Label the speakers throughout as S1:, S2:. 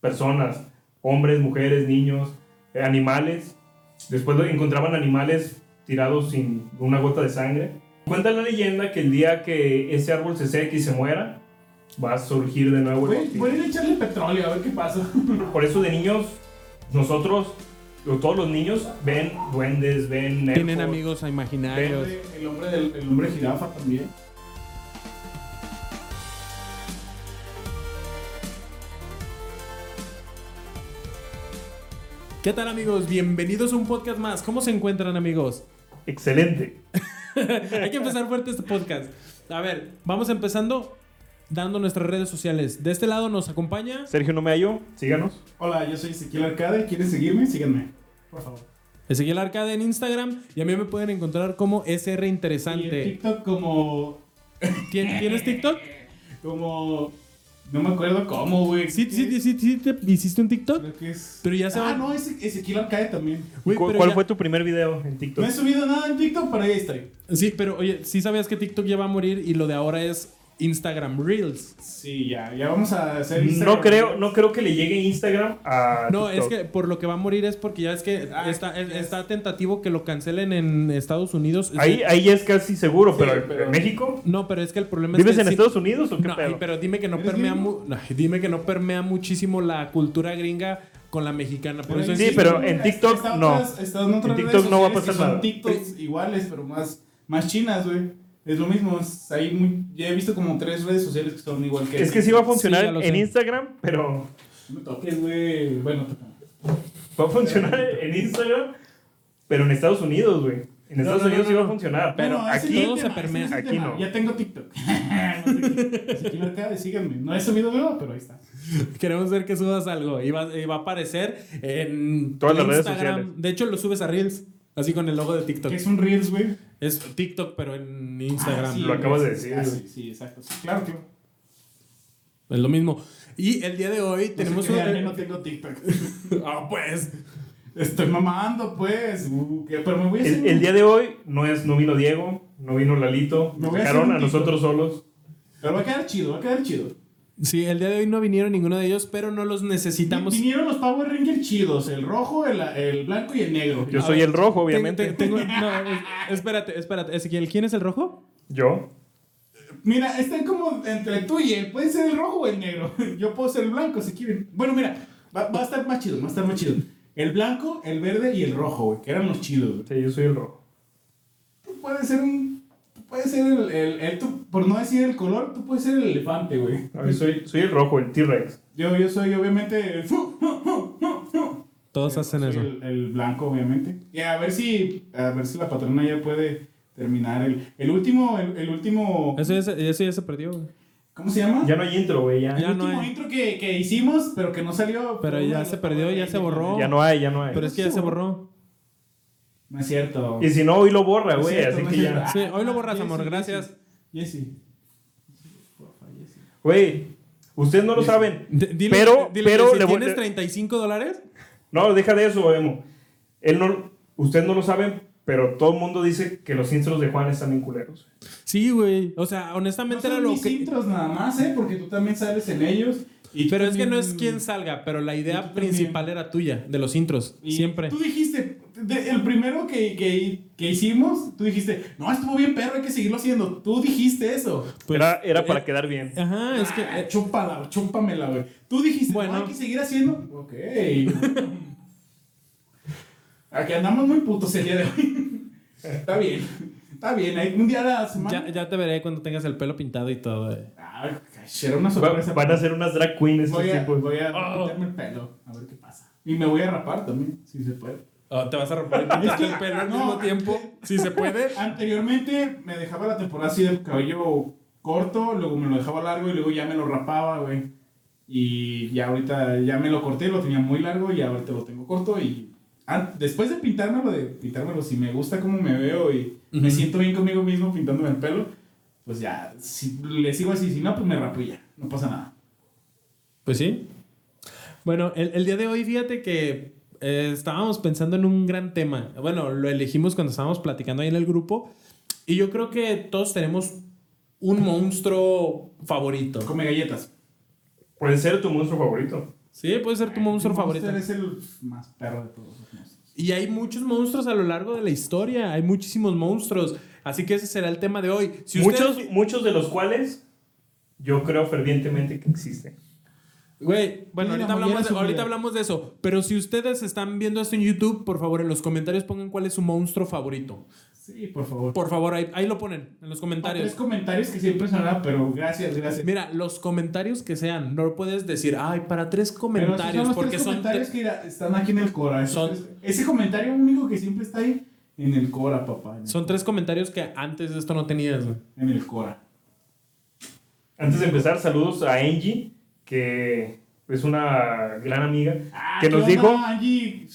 S1: personas, hombres, mujeres, niños, eh, animales. Después encontraban animales tirados sin una gota de sangre. Cuenta la leyenda que el día que ese árbol se seque y se muera, va a surgir de nuevo el
S2: Güey,
S1: bosque.
S2: voy a ir a echarle petróleo a ver qué pasa.
S1: Por eso de niños, nosotros, o todos los niños, ven duendes, ven...
S3: Tienen
S1: elfos.
S3: amigos
S2: El
S3: imaginarios.
S2: hombre- El hombre, del, el hombre jirafa también.
S3: ¿Qué tal amigos? Bienvenidos a un podcast más. ¿Cómo se encuentran amigos?
S1: Excelente.
S3: Hay que empezar fuerte este podcast. A ver, vamos empezando dando nuestras redes sociales. De este lado nos acompaña...
S1: Sergio no me halló, síganos.
S2: Hola, yo soy Ezequiel Arcade. ¿Quieren seguirme? Síganme. Por favor.
S3: Ezequiel Arcade en Instagram y a mí me pueden encontrar como SR
S2: Y en
S3: Interesante.
S2: TikTok como...
S3: ¿Tien- ¿Tienes TikTok?
S2: Como... No me acuerdo cómo, güey.
S3: ¿Sí, sí, sí, sí, sí te- hiciste un TikTok?
S2: Creo que es...
S3: Pero ya se
S2: Ah,
S3: va-
S2: no, ese- Ezequiel Arcade también.
S3: Güey,
S1: ¿Cu-
S3: pero
S1: ¿Cuál
S3: ya-
S1: fue tu primer video en
S2: No
S1: TikTok?
S2: he subido nada en TikTok, pero ahí estoy.
S3: Sí, pero oye, sí sabías que TikTok ya va a morir y lo de ahora es Instagram Reels.
S2: Sí, ya, ya vamos a hacer
S1: No
S2: Instagram.
S1: creo, no creo que le llegue Instagram a
S3: No, es
S1: TikTok.
S3: que por lo que va a morir es porque ya es que
S2: Ah,
S3: está,
S2: es-
S3: está tentativo que lo cancelen en Estados Unidos.
S1: Ahí, ahí es casi seguro,
S2: Sí,
S1: pero,
S2: pero-
S1: en México.
S3: No, pero es que el problema es
S1: ¿Vives
S3: que
S1: en
S3: sí-
S1: Estados Unidos o qué
S3: No,
S1: pedo?
S3: ay, pero dime que no
S2: ¿Eres
S3: permea
S2: gringo?
S3: mu- ay, dime que no permea muchísimo la cultura gringa con la mexicana. Por eso
S2: en
S3: es-
S1: Sí,
S2: TikTok,
S1: pero en
S2: güey,
S1: TikTok
S2: está
S1: no.
S2: otras- están otras
S1: En
S2: redes
S1: TikTok no va a
S2: sociales que
S1: pasar
S2: son
S1: nada.
S2: TikToks iguales, pero más, más chinas, güey. Es lo mismo. es- hay muy- ya he visto como tres redes sociales que son igual que.
S1: es que sí va a funcionar
S3: Sí, ya lo
S1: en
S3: sé.
S1: Instagram, pero
S2: No me toques, güey. Bueno,
S1: va a funcionar en Instagram, pero en Estados Unidos, güey. En
S2: No,
S1: Estados
S2: no, no,
S1: Unidos sí
S2: no,
S1: va a
S2: no.
S1: funcionar, pero
S2: Bueno, ese
S1: aquí
S2: no es
S3: se
S2: el tema,
S3: permea.
S2: ese es el
S1: Aquí
S2: tema.
S1: no.
S2: Ya tengo TikTok. Pues Aquí lo acá, síganme. No he subido nada, pero ahí está.
S3: Queremos ver que subas algo. Y va, y va a aparecer en
S1: Todas las redes
S3: Instagram.
S1: sociales.
S3: De hecho, lo subes a Reels. Así con el logo de TikTok.
S2: Que es un Reels, güey.
S3: Es TikTok, pero en Instagram.
S2: Ah, sí,
S1: Lo acabas de
S2: sí,
S1: decir,
S2: ah,
S1: güey.
S2: Sí, sí, exacto. sí, claro, que No
S3: Es lo mismo. Y el día de hoy tenemos
S2: sé qué, Pues ya
S3: un.
S2: no tengo TikTok.
S3: Ah, pues.
S2: Estoy mamando, pues. Uh, que- pero me voy a hacer
S1: el, el día de hoy no es no vino Diego, no vino Lalito,
S2: Me
S1: nos
S2: voy a hacer
S1: dejaron
S2: un
S1: a
S2: TikTok.
S1: nosotros solos.
S2: Pero va a quedar chido, va a quedar chido.
S3: Sí, el día de hoy no vinieron ninguno de ellos, pero no los necesitamos.
S2: Vinieron los Power Rangers chidos, el rojo, el, el blanco y el negro.
S1: Yo
S3: A
S1: soy
S3: ver,
S1: el rojo,
S3: Ten-
S1: obviamente.
S3: ten- tengo- no, es- espérate, espérate. Ezequiel, ¿quién es el rojo?
S1: Yo.
S2: Mira, están como entre tú y él. Puede ser el rojo o el negro. Yo puedo ser el blanco si quieren. Bueno, mira, va, va a estar más chido, va a estar más chido. El blanco, el verde y el rojo, güey, que eran los chidos. güey.
S1: Sí, yo soy el rojo.
S2: Tú puedes ser un. Tú puedes ser el. el, el- tú- por no decir el color, tú puedes ser el elefante, güey.
S1: No, yo soy, soy el rojo, el T-Rex.
S2: Yo, yo soy, obviamente. el fu- fu- fu- fu- fu.
S3: Todos hacen
S2: Soy
S3: eso.
S2: El, el blanco, obviamente. Y a ver si. A ver si la patrona ya puede terminar el. El último. El, el último.
S3: Eso ya, se, eso ya se perdió. güey.
S2: ¿Cómo se llama?
S1: Ya no hay intro, güey, ya.
S3: Ya
S2: el
S3: no
S2: último
S3: hay.
S2: intro que, que hicimos, pero que no salió.
S3: Pero
S2: fue
S3: ya
S2: una-
S3: se perdió, ya se borró.
S1: Ya no hay, ya no hay.
S3: Pero es que ya se borró.
S2: No es cierto.
S1: Y si no, hoy lo borra,
S2: No es
S1: güey,
S2: cierto,
S1: así
S2: no
S1: que
S2: es
S1: ya.
S2: cierto. Ah,
S3: Sí, hoy lo borras,
S2: Jessy,
S3: amor,
S2: Jessy.
S3: gracias.
S2: Jessy. Porfa, Jessy.
S1: Güey, ustedes no lo saben.
S3: D- dile-
S1: pero,
S3: dile,
S1: pero,
S3: si
S1: le voy-
S3: ¿tienes 35 dólares?
S1: No, deja de eso, Emo. Él no, ustedes no lo saben, pero todo el mundo dice que los intros de Juan están bien culeros.
S3: Sí, güey. O sea,
S2: No
S3: honestamente era
S2: son
S3: lo
S2: mis
S3: que.
S2: intros nada más, ¿eh? Porque tú también sales en ellos. Y tú
S3: Pero es que
S2: también-
S3: no es quien salga, pero la
S2: Y tú
S3: idea
S2: también.
S3: principal era tuya, de los intros,
S2: y
S3: siempre.
S2: Tú dijiste, de- el primero que, que, que hicimos, tú dijiste, no, estuvo bien perro, hay que seguirlo haciendo. Tú dijiste eso.
S3: Pues,
S1: era era para
S3: eh,
S1: quedar bien.
S3: Ajá, es que.
S2: Ah,
S3: eh,
S2: chúpala, chúpamela, güey. Tú dijiste,
S3: Bueno.
S2: bueno, hay que seguir haciendo. Ok. Aquí andamos muy putos el día de hoy. Está bien. Está bien. Hay un día a la semana.
S3: ya, ya te veré cuando tengas el pelo pintado y todo. eh.
S2: Ah, cash, era una
S1: eh, Va-
S2: sorpresa.
S1: van a ser unas drag queens estos
S2: Voy a,
S1: tipos.
S2: voy a
S3: Oh.
S2: quitarme el pelo. A ver qué pasa. Y me voy a rapar también, si se puede.
S3: Oh, te vas a romper el
S2: que-
S3: pelo al
S2: no.
S3: mismo tiempo, si se puede.
S2: Anteriormente me dejaba la temporada así de cabello corto, luego me lo dejaba largo y luego ya me lo rapaba, güey. Y ya ahorita ya me lo corté, lo tenía muy largo y ahorita lo tengo corto y an- después de pintármelo, de pintármelo, si me gusta cómo me veo y me
S3: Ujú.
S2: siento bien conmigo mismo pintándome el pelo, pues ya, si le sigo así, si no, pues me rapo y ya, no pasa nada.
S3: Pues sí. Bueno, el, el día de hoy, fíjate que eh, estábamos pensando en un gran tema. Bueno, lo elegimos cuando estábamos platicando ahí en el grupo. Y yo creo que todos tenemos un monstruo favorito.
S2: Come galletas.
S1: Puede ser tu monstruo favorito.
S3: Sí, puede ser tu monstruo favorito.
S2: Monster es el más perro de todos los monstruos.
S3: Y hay muchos monstruos a lo largo de la historia. Hay muchísimos monstruos. Así que ese será el tema de hoy. Si
S1: muchos,
S3: ustedes-
S1: muchos de los cuales yo creo fervientemente que existen.
S3: Güey, bueno,
S2: Mira,
S3: ahorita
S2: Mollera
S3: hablamos, de,
S2: sufrió.
S3: ahorita hablamos de eso. Pero si ustedes están viendo esto en YouTube, por favor, en los comentarios pongan cuál es su monstruo favorito.
S2: Sí, por favor.
S3: Por favor, ahí, ahí lo ponen, en los
S2: O tres
S3: comentarios.
S2: comentarios que siempre son nada, pero gracias, gracias.
S3: Mira, los comentarios que sean. No puedes decir, ay, para tres
S2: Pero
S3: comentarios,
S2: esos son los
S3: porque
S2: tres
S3: son.
S2: comentarios
S3: te-
S2: que mira, están aquí en el Cora. esos
S3: Son-
S2: tres- ese comentario único que siempre está ahí en el Cora, papá. En el,
S3: Son tres comentarios que antes de esto no tenías. güey.
S2: en el Cora.
S1: Antes de empezar, saludos a Angie, que es una gran amiga,
S3: Ah,
S1: que
S2: ¿qué
S1: nos
S2: onda,
S1: dijo
S2: Angie?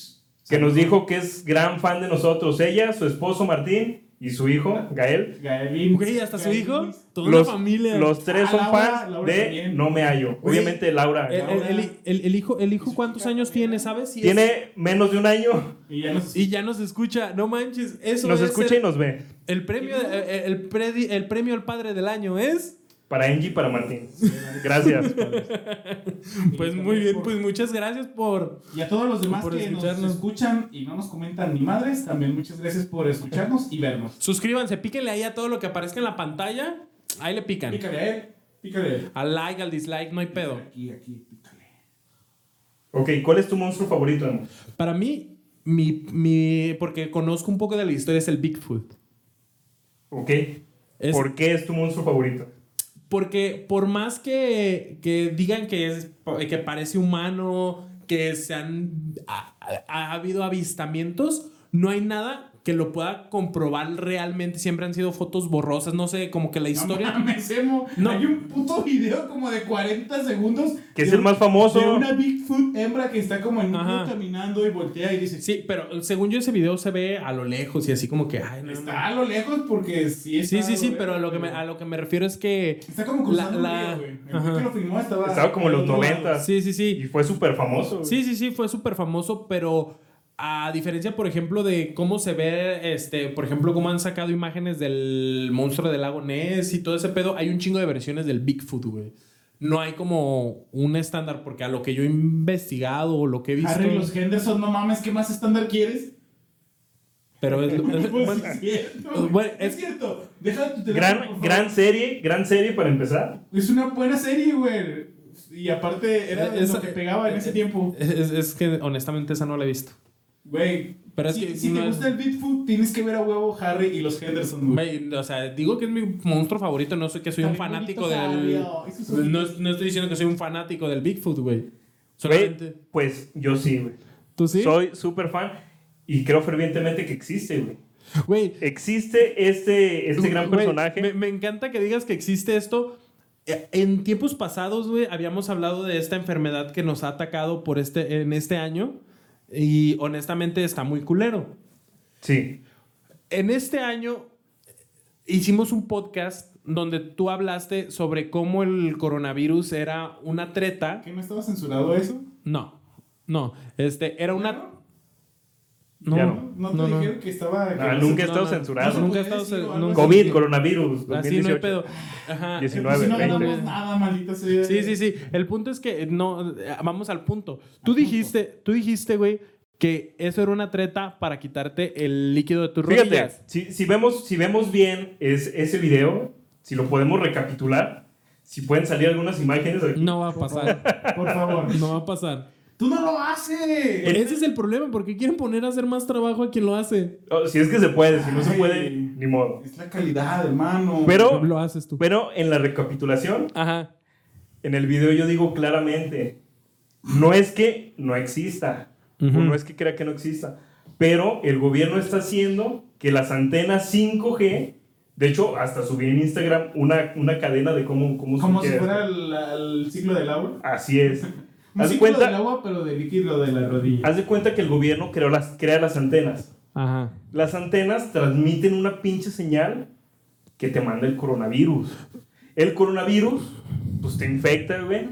S1: que nos dijo que es gran fan de nosotros. Ella, su esposo Martín y su hijo, Gael.
S2: Gaelín.
S3: Güey, hasta su
S2: Gaelín.
S3: hijo, toda
S1: Los,
S3: una familia.
S1: los tres
S2: Ah,
S1: son
S2: Laura,
S1: fans
S2: Laura
S1: de
S2: también.
S1: No Me Hallo.
S3: Güey, eh,
S1: Obviamente, Laura.
S3: El, el- el- el- el hijo, el hijo
S2: su
S3: ¿cuántos
S2: hija
S3: años
S2: también.
S3: tiene? ¿Sabes? Si es-
S1: Tiene menos de un año,
S2: Y ya nos
S3: Y ya nos escucha. No manches, eso
S1: nos
S3: es
S1: escucha y
S3: el,
S1: nos ve.
S3: el premio, el, el predi- el premio al padre del año es.
S1: Para Angie y para Martín. Gracias.
S3: Pues
S2: también
S3: muy bien,
S2: por-
S3: pues muchas gracias por.
S2: Y a todos los demás
S3: Por
S2: que nos
S3: escucharnos.
S2: escuchan y no nos comentan ni madres, también muchas gracias por escucharnos y vernos.
S3: Suscríbanse, píquenle ahí a todo lo que aparezca en la pantalla. Ahí le pican.
S2: Pícale a él, pícale a él.
S3: Al like, al dislike, no hay pedo.
S2: Aquí, aquí, pícale.
S1: ok, ¿cuál es tu monstruo favorito, Emo?
S3: Para mí, mi, mi- porque conozco un poco de la historia, es el Bigfoot.
S1: Ok.
S3: Es-
S1: ¿Por qué es tu monstruo favorito?
S3: Porque por más que, que digan que, es, que parece humano, que se han, ha, ha- ha habido avistamientos, no hay nada que lo pueda comprobar realmente. Siempre han sido fotos borrosas, no sé, como que la historia...
S2: No mames, Emo.
S3: No.
S2: Hay un puto video como de 40 segundos.
S1: Que es
S2: de
S1: el más
S2: un-
S1: famoso.
S2: De una Bigfoot hembra que está como en un
S3: Ajá.
S2: club caminando y voltea y dice:
S3: Sí, pero según yo ese video se ve a lo lejos y así como que... Ay, no, no.
S2: Está a lo lejos porque sí está
S3: Sí, sí,
S2: a
S3: sí,
S2: lejos,
S3: pero a lo que me, a lo que me refiero es que...
S2: Está como cruzando
S3: La-
S2: la,
S3: la-
S2: güey. El
S3: Ajá.
S2: güey que lo filmó estaba.
S1: Estaba como en los
S2: del otro lado.
S1: noventas.
S3: Ah, Sí, sí, sí.
S1: Y fue súper famoso.
S3: Sí, sí, sí, fue súper famoso, pero a diferencia, por ejemplo, de cómo se ve, este, por ejemplo, cómo han sacado imágenes del monstruo del lago Ness y todo ese pedo, hay un chingo de versiones del Bigfoot, güey. No hay como un estándar, porque a lo que yo he investigado o lo que he visto.
S2: Harry, los Henderson, no mames, ¿qué más estándar quieres?
S3: Pero es, es-
S2: Pues,
S3: bueno,
S2: sí, es cierto.
S3: bueno,
S2: güey.
S3: es-
S2: es cierto. Deja tu teléfono, por
S1: Gran,
S2: favor.
S1: gran serie, gran serie para empezar.
S2: Es una buena serie, güey. Y aparte era de
S3: Es- eh,
S2: lo que pegaba en ese tiempo.
S3: es- es que honestamente esa no la he visto.
S2: Güey,
S3: Pero es
S2: si,
S3: que
S2: si te
S3: no-
S2: gusta el Bigfoot, tienes que ver a huevo Harry y los Henderson, güey.
S3: Güey, o sea, digo que es mi monstruo favorito, no soy que soy un
S2: Está bien
S3: fanático
S2: bonito,
S3: del.
S2: Harry, ay, sus ojitos.
S3: No, no estoy diciendo que soy un fanático del Bigfoot, güey.
S1: Güey,
S3: Solamente.
S1: pues yo sí, güey.
S3: ¿Tú sí?
S1: Soy súper fan y creo fervientemente que existe, güey.
S3: Güey,
S1: Existe este, este gran
S3: Güey,
S1: personaje.
S3: Me, me encanta que digas que existe esto. Eh, En tiempos pasados, güey, habíamos hablado de esta enfermedad que nos ha atacado por este, en este año. Y honestamente está muy culero.
S1: Sí.
S3: En este año eh, hicimos un podcast donde tú hablaste sobre cómo el coronavirus era una treta.
S2: ¿Qué no estaba censurado eso?
S3: No, no. Este, era una. No,
S1: Ya
S2: ¿No, no te
S3: no, no.
S2: dijeron que estaba.
S1: Ah,
S2: que-
S1: nunca he
S3: No,
S1: estado
S3: no.
S1: censurado.
S2: podía
S3: Nunca he estado.
S2: decir o
S3: cen-
S2: algo
S3: nunca-
S2: así.
S1: COVID, coronavirus.
S3: Así no hay
S1: 2018.
S3: pedo. Ajá.
S1: 19,
S2: Pues si no
S1: 20.
S2: ganamos nada, maldita sea.
S3: Sí, sí, sí. El punto es que eh, no eh, vamos al punto. Tú dijiste, tú dijiste, güey, que eso era una treta para quitarte el líquido de tus
S1: Fíjate,
S3: rodillas.
S1: si, si vemos, si vemos bien es, ese video, si lo podemos recapitular, si pueden salir algunas imágenes. aquí.
S3: No va a pasar.
S2: Por favor.
S3: No va a pasar.
S2: ¡Tú no lo haces!
S3: Ese es el problema, porque quieren poner a hacer más trabajo a quien lo hace.
S1: Oh, si es que se puede, si no se
S2: Ay.
S1: puede, ni modo.
S2: Es la calidad, hermano.
S1: Pero-
S3: Lo haces tú.
S1: Pero en la recapitulación,
S3: Ajá.
S1: en el video yo digo claramente, no es que no exista,
S3: Ujú.
S1: o no es que crea que no exista, pero el gobierno está haciendo que las antenas 5G, de hecho, hasta subí en Instagram una, una cadena de cómo... cómo
S2: Como
S1: surge
S2: si fuera
S1: esto.
S2: el, el ciclo del agua.
S1: Así es.
S2: Un
S1: Haz de
S2: ciclo
S1: cuenta-
S2: del agua, pero de líquido de la rodilla.
S1: Haz de cuenta que el gobierno creó las, crea las antenas.
S3: Ajá.
S1: Las antenas transmiten una pinche señal que te manda el coronavirus. El coronavirus, pues te infecta, güey.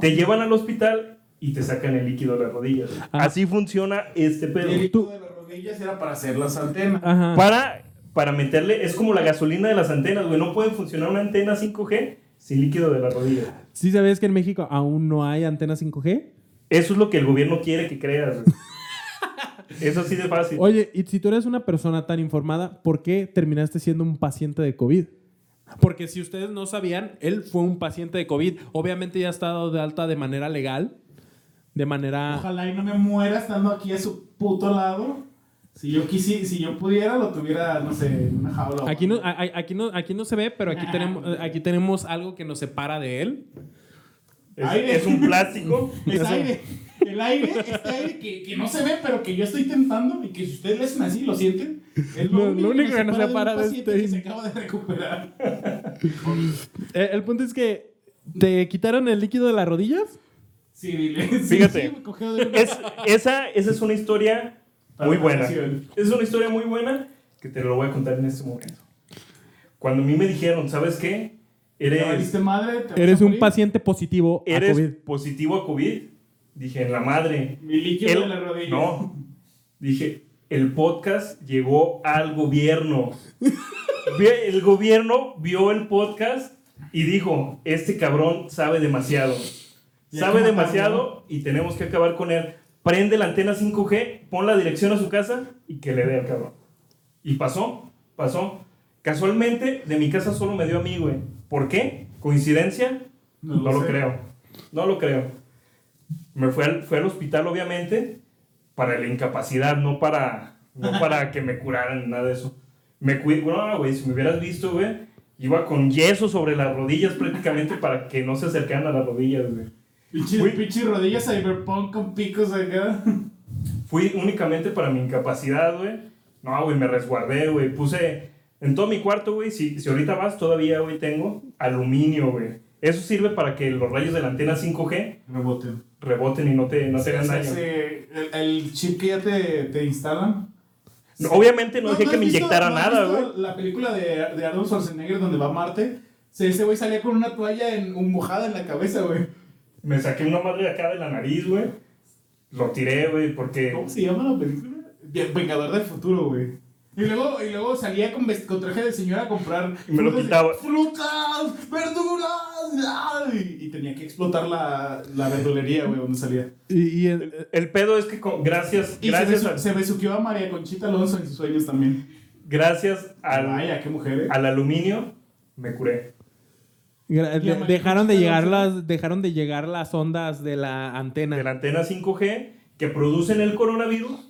S1: Te llevan al hospital y te sacan el líquido de las rodillas. güey.
S3: Ah.
S1: Así funciona este
S2: El
S1: pedo.
S2: líquido de las rodillas era para hacer las antenas.
S3: Ajá.
S1: Para, para meterle, es como la gasolina de las antenas, güey. No puede funcionar una antena 5G sin líquido de las rodillas.
S3: ¿Sí sabes que en México aún no hay antena 5G?
S1: Eso es lo que el gobierno quiere que creas. güey. es así de fácil.
S3: Oye, y si tú eres una persona tan informada, ¿por qué terminaste siendo un paciente de COVID? Porque si ustedes no sabían, él fue un paciente de COVID. Obviamente ya ha estado de alta de manera legal, de manera...
S2: Ojalá y no me muera estando aquí a su puto lado. Si yo quisi, si yo pudiera, lo tuviera, no sé, en una jaula. o
S3: Aquí no,
S2: algo.
S3: a- a- aquí, no, aquí no se ve, pero aquí tenemos, eh, aquí tenemos algo que nos separa de él.
S1: Es,
S2: Aire.
S1: es un plástico.
S2: Es aire. El aire, este aire que, que no se ve, pero que yo estoy tentando y que si ustedes le hacen así, lo sienten. Es
S3: Lo- lo único que nos separa
S2: un
S3: de
S2: paciente
S3: este-
S2: que se acaba de recuperar.
S3: Eh, el punto es que te quitaron el líquido de las rodillas.
S2: Sí, dile. Sí,
S1: Fíjate.
S2: sí, me cogió de una-
S1: Es- esa, esa es una historia
S2: Para
S1: muy
S2: la
S1: buena.
S2: ocasión.
S1: Es una historia muy buena que te lo voy a contar en este momento. Cuando a mí me dijeron, ¿sabes qué?
S2: Ya
S1: Eres,
S2: valiste madre, te vas
S3: Eres
S2: a
S3: un
S2: morir.
S3: paciente positivo a
S1: eres
S3: COVID.
S1: positivo a COVID. Dije, en la madre.
S2: Mi líquido
S1: El-
S2: de la rodilla.
S1: No. Dije, el podcast llegó al gobierno. Vi- El gobierno vio el podcast y dijo, este cabrón sabe demasiado.
S2: Y hay
S1: Sabe
S2: que matarlo.
S1: demasiado y tenemos que acabar con él. Prende la antena 5G, pon la dirección a su casa y que le dé al cabrón. Y pasó, pasó. Casualmente, de mi casa solo me dio a mí, güey. ¿Por qué? ¿Coincidencia?
S2: No
S1: No,
S2: lo
S1: lo
S2: sé.
S1: creo. No lo creo. Me fui al, fui al hospital, obviamente, para la incapacidad, no para, no para que me curaran, ni nada de eso. Me cuidé, bueno, güey, si me hubieras visto, güey, iba con yeso sobre las rodillas prácticamente para que no se acercaran a las rodillas, güey.
S2: Pinche,
S1: Uy.
S2: pinche rodilla cyberpunk con picos acá.
S1: Fui únicamente para mi incapacidad, güey. No, güey, me resguardé, güey. Puse en todo mi cuarto, güey. Si, si ahorita vas, todavía, güey, tengo aluminio, güey. Eso sirve para que los rayos de la antena 5G
S2: Rebote.
S1: reboten y no te, no te hagan daño.
S2: el, el chip que ya te, te instalan.
S1: No, obviamente no, dejé
S2: has
S1: que me
S2: visto-
S1: inyectara
S2: no has
S1: nada,
S2: visto
S1: güey.
S2: La película de, de Arnold Schwarzenegger donde va a Marte. se- Ese güey salía con una toalla en, un mojada en la cabeza, güey.
S1: Me saqué una madre acá de la nariz, güey. Lo tiré, güey, porque...
S2: ¿Cómo se llama la película? Ve- Vengador del futuro, güey. Y luego, y luego salía con, vest- con traje de señora a comprar.
S1: Y me lo
S2: frutas de-
S1: quitaba.
S2: ¡Frutas! ¡Verduras! ¡ah! Y, y tenía que explotar la, la verdulería, güey, donde salía.
S3: Y, eh, y el-
S1: El, el pedo es que con- gracias,
S2: Y se
S1: gracias,
S2: besu-
S1: a-
S2: se besuqueó a María Conchita Alonso en sus sueños también.
S1: gracias al,
S2: Vaya, qué mujer, ¿eh?
S1: al aluminio, me curé.
S3: gra-
S2: Y
S3: de-
S2: amarillo
S3: dejaron de
S2: está
S3: llegar
S2: dulce.
S3: las dejaron de llegar las ondas de la antena.
S1: De la antena 5G que producen el coronavirus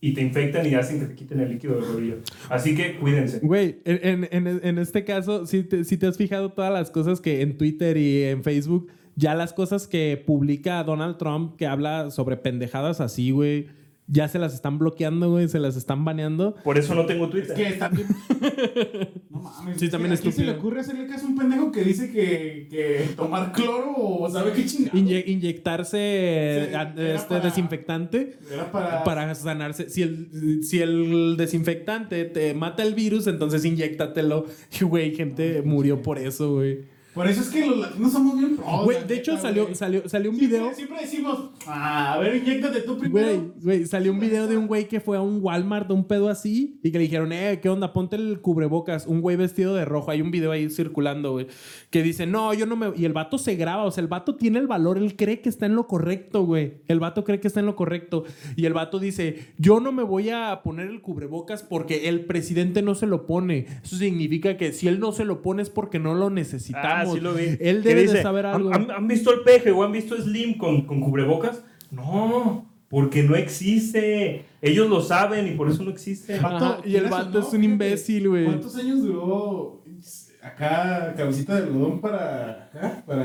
S1: y te infectan y hacen que te quiten el líquido del rodillo. Así que cuídense.
S3: Güey, en, en- en- en este caso, si te, si te has fijado todas las cosas que en Twitter y en Facebook, ya las cosas que publica Donald Trump, que habla sobre pendejadas así, güey, ya se las están bloqueando, güey, se las están baneando.
S1: Por eso no tengo
S2: Es
S1: Twitter.
S2: que está bien. No mames.
S3: Sí, también
S2: ¿a quién se
S3: estúpido.
S2: le ocurre hacerle caso a un pendejo que dice que, que tomar cloro o sabe qué chingada?
S3: Inye- inyectarse eh,
S2: Sí,
S3: a-
S2: era
S3: este
S2: para-
S3: desinfectante
S2: Era para.
S3: para sanarse. Si el, si el desinfectante te mata el virus, entonces inyéctatelo. Y, güey, gente murió por eso, güey.
S2: Por eso es que los latinos somos bien pros,
S3: Güey,
S2: Oh, la
S3: de hecho,
S2: neta,
S3: salió,
S2: güey.
S3: salió, salió un
S2: Siempre-
S3: video.
S2: Siempre decimos, "Ah, a ver, inyectate tú primero.
S3: Güey, güey, salió un video de un güey que fue a un Walmart, un pedo así, y que le dijeron, eh, ¿qué onda? Ponte el cubrebocas. Un güey vestido de rojo, hay un video ahí circulando, güey, que dice, no, yo no me... Y el vato se graba, o sea, el vato tiene el valor, él cree que está en lo correcto, güey. El vato cree que está en lo correcto. Y el vato dice, yo no me voy a poner el cubrebocas porque el presidente no se lo pone. Eso significa que si él no se lo pone es porque no lo
S1: Ah,
S3: necesitamos.
S1: sí lo vi.
S3: Él
S1: ¿Qué
S3: debe de
S1: dice?
S3: saber
S1: ¿Han-
S3: algo.
S1: ¿Han, han visto el peje o han visto Slim con, con cubrebocas? No, porque no existe. Ellos lo saben y por eso no existe.
S2: Ah.
S3: Ajá, y el
S2: quieras o
S3: vato es un
S2: fíjate,
S3: imbécil, güey.
S2: ¿Cuántos años duró acá cabecita de algodón para, acá, para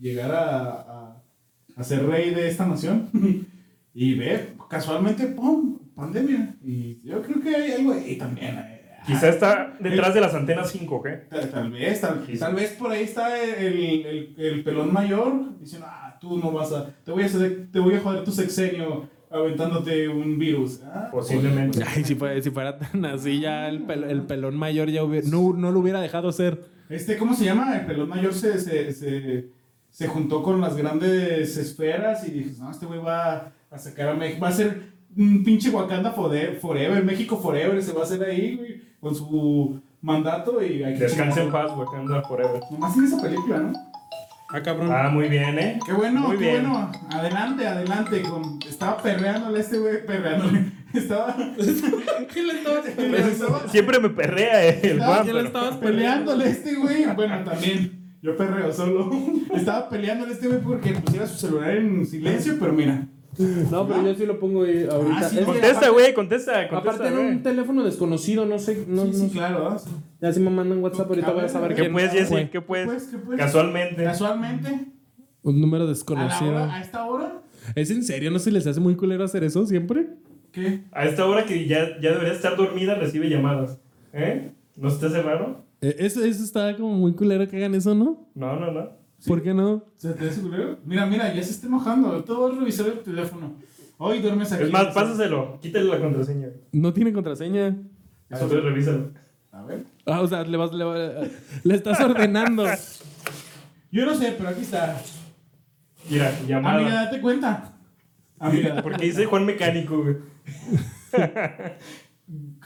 S2: llegar a, a, a ser rey de esta nación? y ve, casualmente, ¡pum! Pandemia. Y yo creo que hay algo ahí también. eh.
S1: Quizá está detrás de las antenas 5G.
S2: Tal, tal vez, tal, tal vez por ahí está el, el, el pelón mayor diciendo, ah, tú no vas a, te voy a, hacer- te voy a joder tu sexenio aventándote un virus. Ah,
S1: Posiblemente.
S3: Ay, si fuera, si fuera tan así, ya el, pel- el pelón mayor ya hubiera- no, no lo hubiera dejado ser.
S2: Este, ¿cómo se llama? El pelón mayor se, se, se, se juntó con las grandes esferas y dijo, no, este güey va a sacar a México, va a ser un pinche Wakanda fode- forever, México forever, se va a hacer ahí, güey, con su mandato y hay que...
S1: Descansa en paz, Wakanda Forever.
S2: Nomás en esa película, ¿no?
S3: Ah, cabrón.
S1: Ah, muy bien, ¿eh?
S2: Qué bueno,
S1: Muy
S2: qué
S1: bien.
S2: bueno. Adelante, adelante. Con... Estaba perreándole a este güey, perreándole. Estaba
S3: ¿Qué le estabas
S1: Es-
S3: peleando?
S1: siempre me perrea eh, el
S2: Ah,
S1: Juan,
S3: ¿Qué le
S1: pero...
S3: estabas peleando?
S2: peleándole a este güey. Bueno, también. Yo perreo solo. Estaba peleándole a este güey porque pusiera su celular en silencio, pero mira.
S3: No, pero yo sí lo pongo ahí ahorita.
S2: Ah, sí,
S3: Es que
S1: Contesta,
S3: aparte-
S1: güey, contesta, contesta.
S3: Aparte era
S1: güey.
S3: un teléfono desconocido, no sé. No,
S2: sí,
S3: no-
S2: sí, claro. ¿no?
S3: Ya si me mandan WhatsApp, ahorita voy a saber
S1: ¿Qué
S2: ¿Qué
S1: puedes,
S3: fue.
S1: Jesse? ¿Qué puedes?
S2: Pues, ¿qué pues?
S1: Casualmente.
S2: Casualmente,
S3: Un número
S2: a, la
S3: desconocido.
S1: Ah,
S2: hora, a esta hora,
S3: ¿Es en serio? ¿No se les hace muy culero hacer eso siempre?
S2: ¿qué?
S1: A esta hora que ya, ya debería estar dormida, recibe llamadas. ¿Eh? ¿No se te hace raro?
S3: Eh, Eso, eso está como muy culero que hagan eso, ¿no?
S1: No, no, no.
S3: ¿Por qué no?
S2: ¿Se te hace culero? Mira, mira, ya se está enojando. Te voy a revisar el teléfono. Hoy duermes aquí.
S1: Es más, pásaselo. Quítale la contraseña.
S3: No tiene contraseña.
S1: Eso te revísalo.
S2: A ver.
S3: Ah, o sea, le vas, le, va- le estás ordenando.
S2: Yo no sé, pero aquí está.
S1: Mira,
S2: Amiga,
S1: llamada.
S2: date cuenta. Amiga,
S1: Porque dice Juan Mecánico, güey.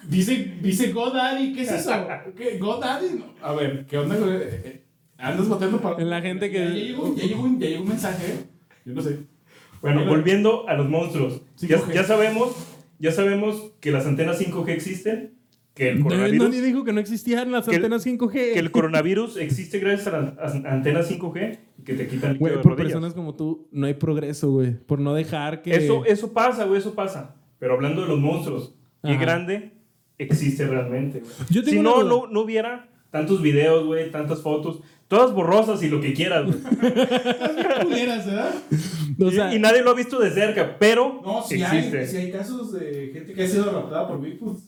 S2: dice, dice GoDaddy, ¿qué es eso? ¿Qué? ¿GoDaddy? No. A ver, ¿qué onda? güey? Eh, eh, Andas votando para.
S3: En la gente que-
S2: Ya, ya llegó, ya llegó un, ya llegó un mensaje. ¿eh? Yo no sé.
S1: Bueno, volviendo a los monstruos. Ya,
S2: 5G.
S1: ya sabemos, ya sabemos que las antenas 5G existen, que el
S3: No, ni
S1: coronavirus,
S3: dijo que no existían las
S1: Que el-
S3: antenas 5G.
S1: que el coronavirus existe gracias a las as- antenas 5G y que te quitan líquido
S3: Güey,
S1: de
S3: por
S1: rodillas.
S3: personas como tú no hay progreso, güey. Por no dejar que.
S1: Eso, eso pasa, güey, eso pasa. Pero hablando de los monstruos, qué
S3: Ajá.
S1: grande existe realmente, güey.
S3: Yo tengo
S1: Si
S3: una
S1: no,
S3: duda.
S1: no, no hubiera tantos videos, güey, tantas fotos, todas borrosas y lo que quieras, güey.
S2: Culeras, ¿verdad?
S3: O sea,
S1: y, y nadie lo ha visto de cerca, pero
S2: No, si
S1: existe.
S2: hay, si hay casos de gente que ha sido raptada por Bigfoot.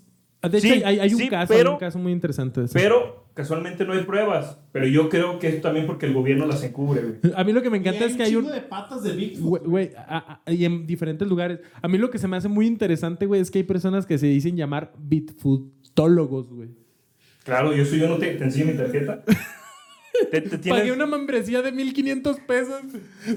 S3: de hecho,
S1: sí,
S3: hay, hay un
S1: sí,
S3: caso,
S1: pero-
S3: hay un caso muy interesante. de eso.
S1: Pero casualmente no hay pruebas. Pero yo creo que es también porque el gobierno las encubre, güey.
S3: A mí lo que me
S2: Y
S3: encanta es que hay
S2: chingo
S3: un.
S2: de patas de Bigfoot.
S3: Güey, güey, a- a- y en diferentes lugares. A mí lo que se me hace muy interesante, güey, es que hay personas que se dicen llamar bitfutólogos, güey.
S1: Claro, yo soy yo, no te, te enseño mi tarjeta. Te, te tienes-
S3: Pagué una membresía de 1500 pesos.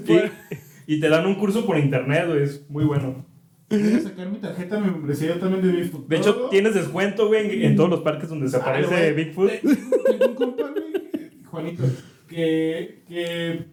S3: por-
S1: y, y te dan un curso por internet, güey. Es muy bueno.
S2: Voy a sacar mi tarjeta, me membresía yo también de Bigfoot.
S1: De hecho,
S2: Todo.
S1: tienes descuento, güey, en, en todos los parques donde se
S2: Ah,
S1: aparece
S2: güey.
S1: Bigfoot.
S2: Tengo- Tengo un compa, güey, Juanito, que, que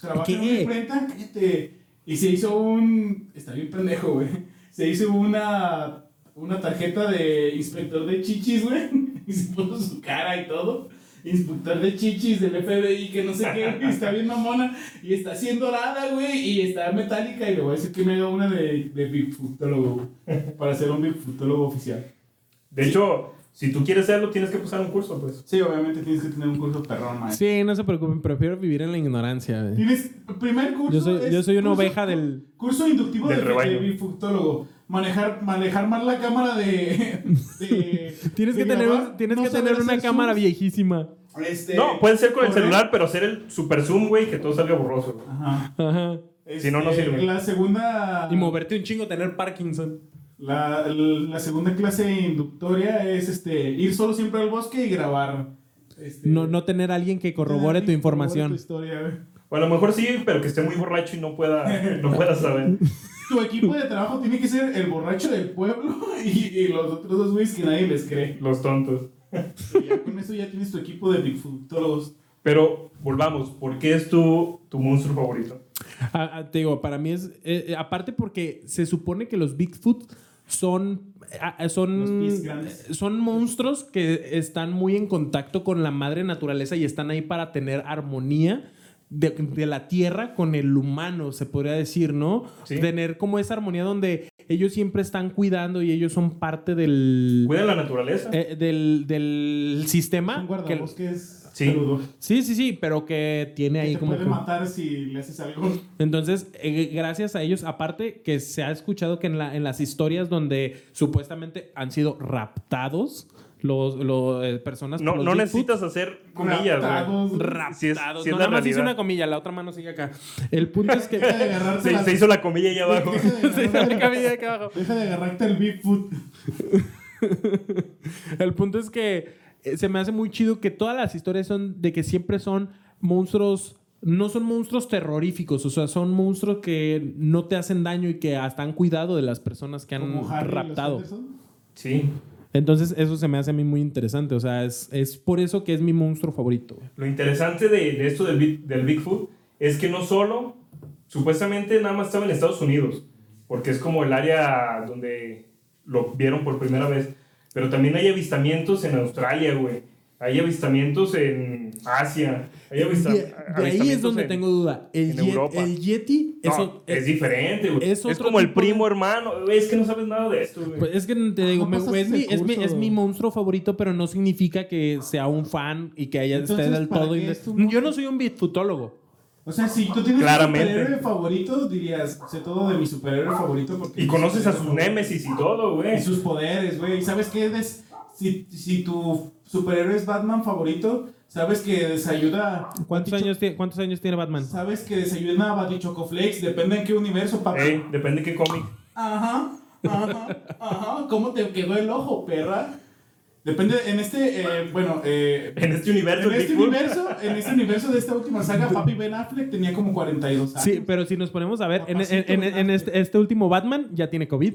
S2: trabaja en
S3: ¿Qué?
S2: una imprenta cállate, y se hizo un. Está bien pendejo, güey. Se hizo una, una tarjeta de inspector de chichis, güey. Y se puso su cara y todo. Inspector de chichis del FBI, que no sé qué, güey, está bien mamona. Y está siendo dorada, güey, y está metálica. Y le voy a decir que me haga una de, de Bigfootólogo, güey, para ser un Bigfootólogo oficial.
S1: De hecho, si tú quieres hacerlo, tienes que pasar un curso, pues.
S2: Sí, obviamente tienes que tener un curso perrón,
S1: Ah.
S2: maestro.
S3: Sí, no se preocupen, prefiero vivir en la ignorancia, güey.
S2: Tienes primer curso.
S3: Yo soy-
S2: es
S3: yo soy una
S2: curso-
S3: oveja del-
S2: Curso inductivo
S1: del
S2: de,
S1: rebaño.
S2: de bifurtólogo. Manejar, manejar mal la cámara de. de-
S3: Tienes
S2: de
S3: que tener,
S2: grabar,
S3: un- tienes
S2: no
S3: que
S2: saber
S3: tener una
S2: hacer
S3: cámara
S2: zooms.
S3: viejísima.
S2: Este,
S1: No, puede ser con el
S2: correr.
S1: celular, pero ser el super zoom, güey, que todo salga borroso. güey.
S2: Ajá.
S3: Ajá.
S1: Si no, no
S2: Este,
S1: sirve.
S2: La segunda.
S3: Y moverte un chingo, tener Parkinson.
S2: La, la segunda clase inductoria es este ir solo siempre al bosque y grabar. Este, Ah,
S3: No, no tener alguien que corrobore tu
S2: corrobore
S3: información.
S2: Tu, historia, güey.
S1: O a lo mejor sí, pero que esté muy borracho y no pueda, no pueda saber.
S2: Tu equipo de trabajo tiene que ser el borracho del pueblo y, y los otros dos güeyes que nadie les cree.
S1: Los tontos.
S2: Y ya con eso ya tienes tu equipo de Bigfootólogos.
S1: Pero volvamos, ¿por qué es tu, tu monstruo favorito?
S3: Ah, ah, te digo, para mí es. eh, eh, aparte, porque se supone que los Bigfoot son. ah, ah,
S2: Los
S3: son,
S2: pies grandes.
S3: eh, son monstruos que están muy en contacto con la madre naturaleza y están ahí para tener armonía de, de la tierra con el humano, se podría decir, ¿no?
S1: Sí.
S3: Tener como esa armonía donde ellos siempre están cuidando y ellos son parte del.
S1: Cuida la naturaleza.
S3: eh, del, del
S2: Un
S3: sistema. Ah, que-
S2: guardabosques
S1: Sí.
S2: peludo.
S3: sí, sí, sí, pero que tiene
S2: Que
S3: ahí
S2: te
S3: como.
S2: puede
S3: que-
S2: matar si le haces algo.
S3: entonces, eh, gracias a ellos, aparte que se ha escuchado que en, la- en las historias donde supuestamente han sido raptados los, lo- eh, personas por
S1: No,
S3: los
S1: no
S3: Bigfoot,
S1: necesitas hacer comillas, güey.
S2: Raptados, güey.
S3: raptados.
S1: Si es- si es
S3: no,
S1: la
S3: nada más hice
S1: realidad.
S3: una comilla, la otra mano sigue acá. El punto es que
S2: Deja de agarrarte
S1: Se,
S2: la-
S1: se hizo la comilla ahí abajo.
S2: Deja de
S3: se hizo
S2: agarrarte-
S3: una comilla acá abajo.
S2: Deja de agarrarte el Bigfoot.
S3: El punto es que eh, se me hace muy chido que todas las historias son de que siempre son monstruos, no son monstruos terroríficos, o sea, son monstruos que no te hacen daño y que hasta han cuidado de las personas que han
S2: Como Harry y los
S3: raptado.
S2: Anderson.
S1: Sí.
S3: Entonces, eso se me hace a mí muy interesante, o sea, es, es por eso que es mi monstruo favorito.
S1: Lo interesante de, de esto del, Big- del Bigfoot es que no solo, supuestamente nada más estaba en Estados Unidos, porque es como el área donde lo vieron por primera vez, pero también hay avistamientos en Australia, güey. Hay avistamientos en Asia. Hay avista-
S3: de, de ahí es
S1: avistamientos
S3: donde
S1: en-
S3: tengo duda. El,
S1: en
S3: Ye-
S1: Europa.
S3: el Yeti
S1: No,
S3: eso-
S1: es,
S3: es-
S1: diferente, güey.
S3: es
S1: Es,
S3: otro
S1: como el
S3: tipo de-
S1: primo hermano. güey, Es que no sabes nada de esto, güey.
S3: Pues es que te digo,
S4: no
S3: me-
S4: pasaste
S3: es, mi,
S4: ese
S3: es, mi,
S4: curso.
S3: es mi monstruo favorito, pero no significa que sea un fan y que haya esté
S4: Entonces,
S3: del
S4: ¿para
S3: todo.
S4: qué
S3: inde-
S4: es tu mon-
S3: Yo no soy un bitfutólogo.
S2: O sea, si tú tienes
S1: Claramente.
S2: un superhéroe favorito, dirías, sé todo de mi superhéroe favorito. Porque
S1: y conoces a
S2: su
S1: sus némesis y todo, güey.
S2: Y sus poderes, güey. ¿Y sabes qué? Des- si, si tu superhéroe es Batman favorito, sabes que desayuda.
S3: ¿Cuántos años, tie- ¿Cuántos años tiene Batman?
S2: Sabes que desayuna a Batichocoflex, depende en qué universo, papá.
S1: Ey, Eh, depende de qué cómic.
S2: Ajá, ajá, ajá. ¿Cómo te quedó el ojo, perra? Depende, en este, eh, bueno, eh,
S1: En este universo.
S2: en este
S1: Deadpool.
S2: universo, en este universo de esta última saga, papi Ben Affleck tenía como 42 años.
S3: Sí, pero si nos ponemos a ver, en,
S2: Papacito
S3: en- en- en este, este último Batman ya tiene COVID.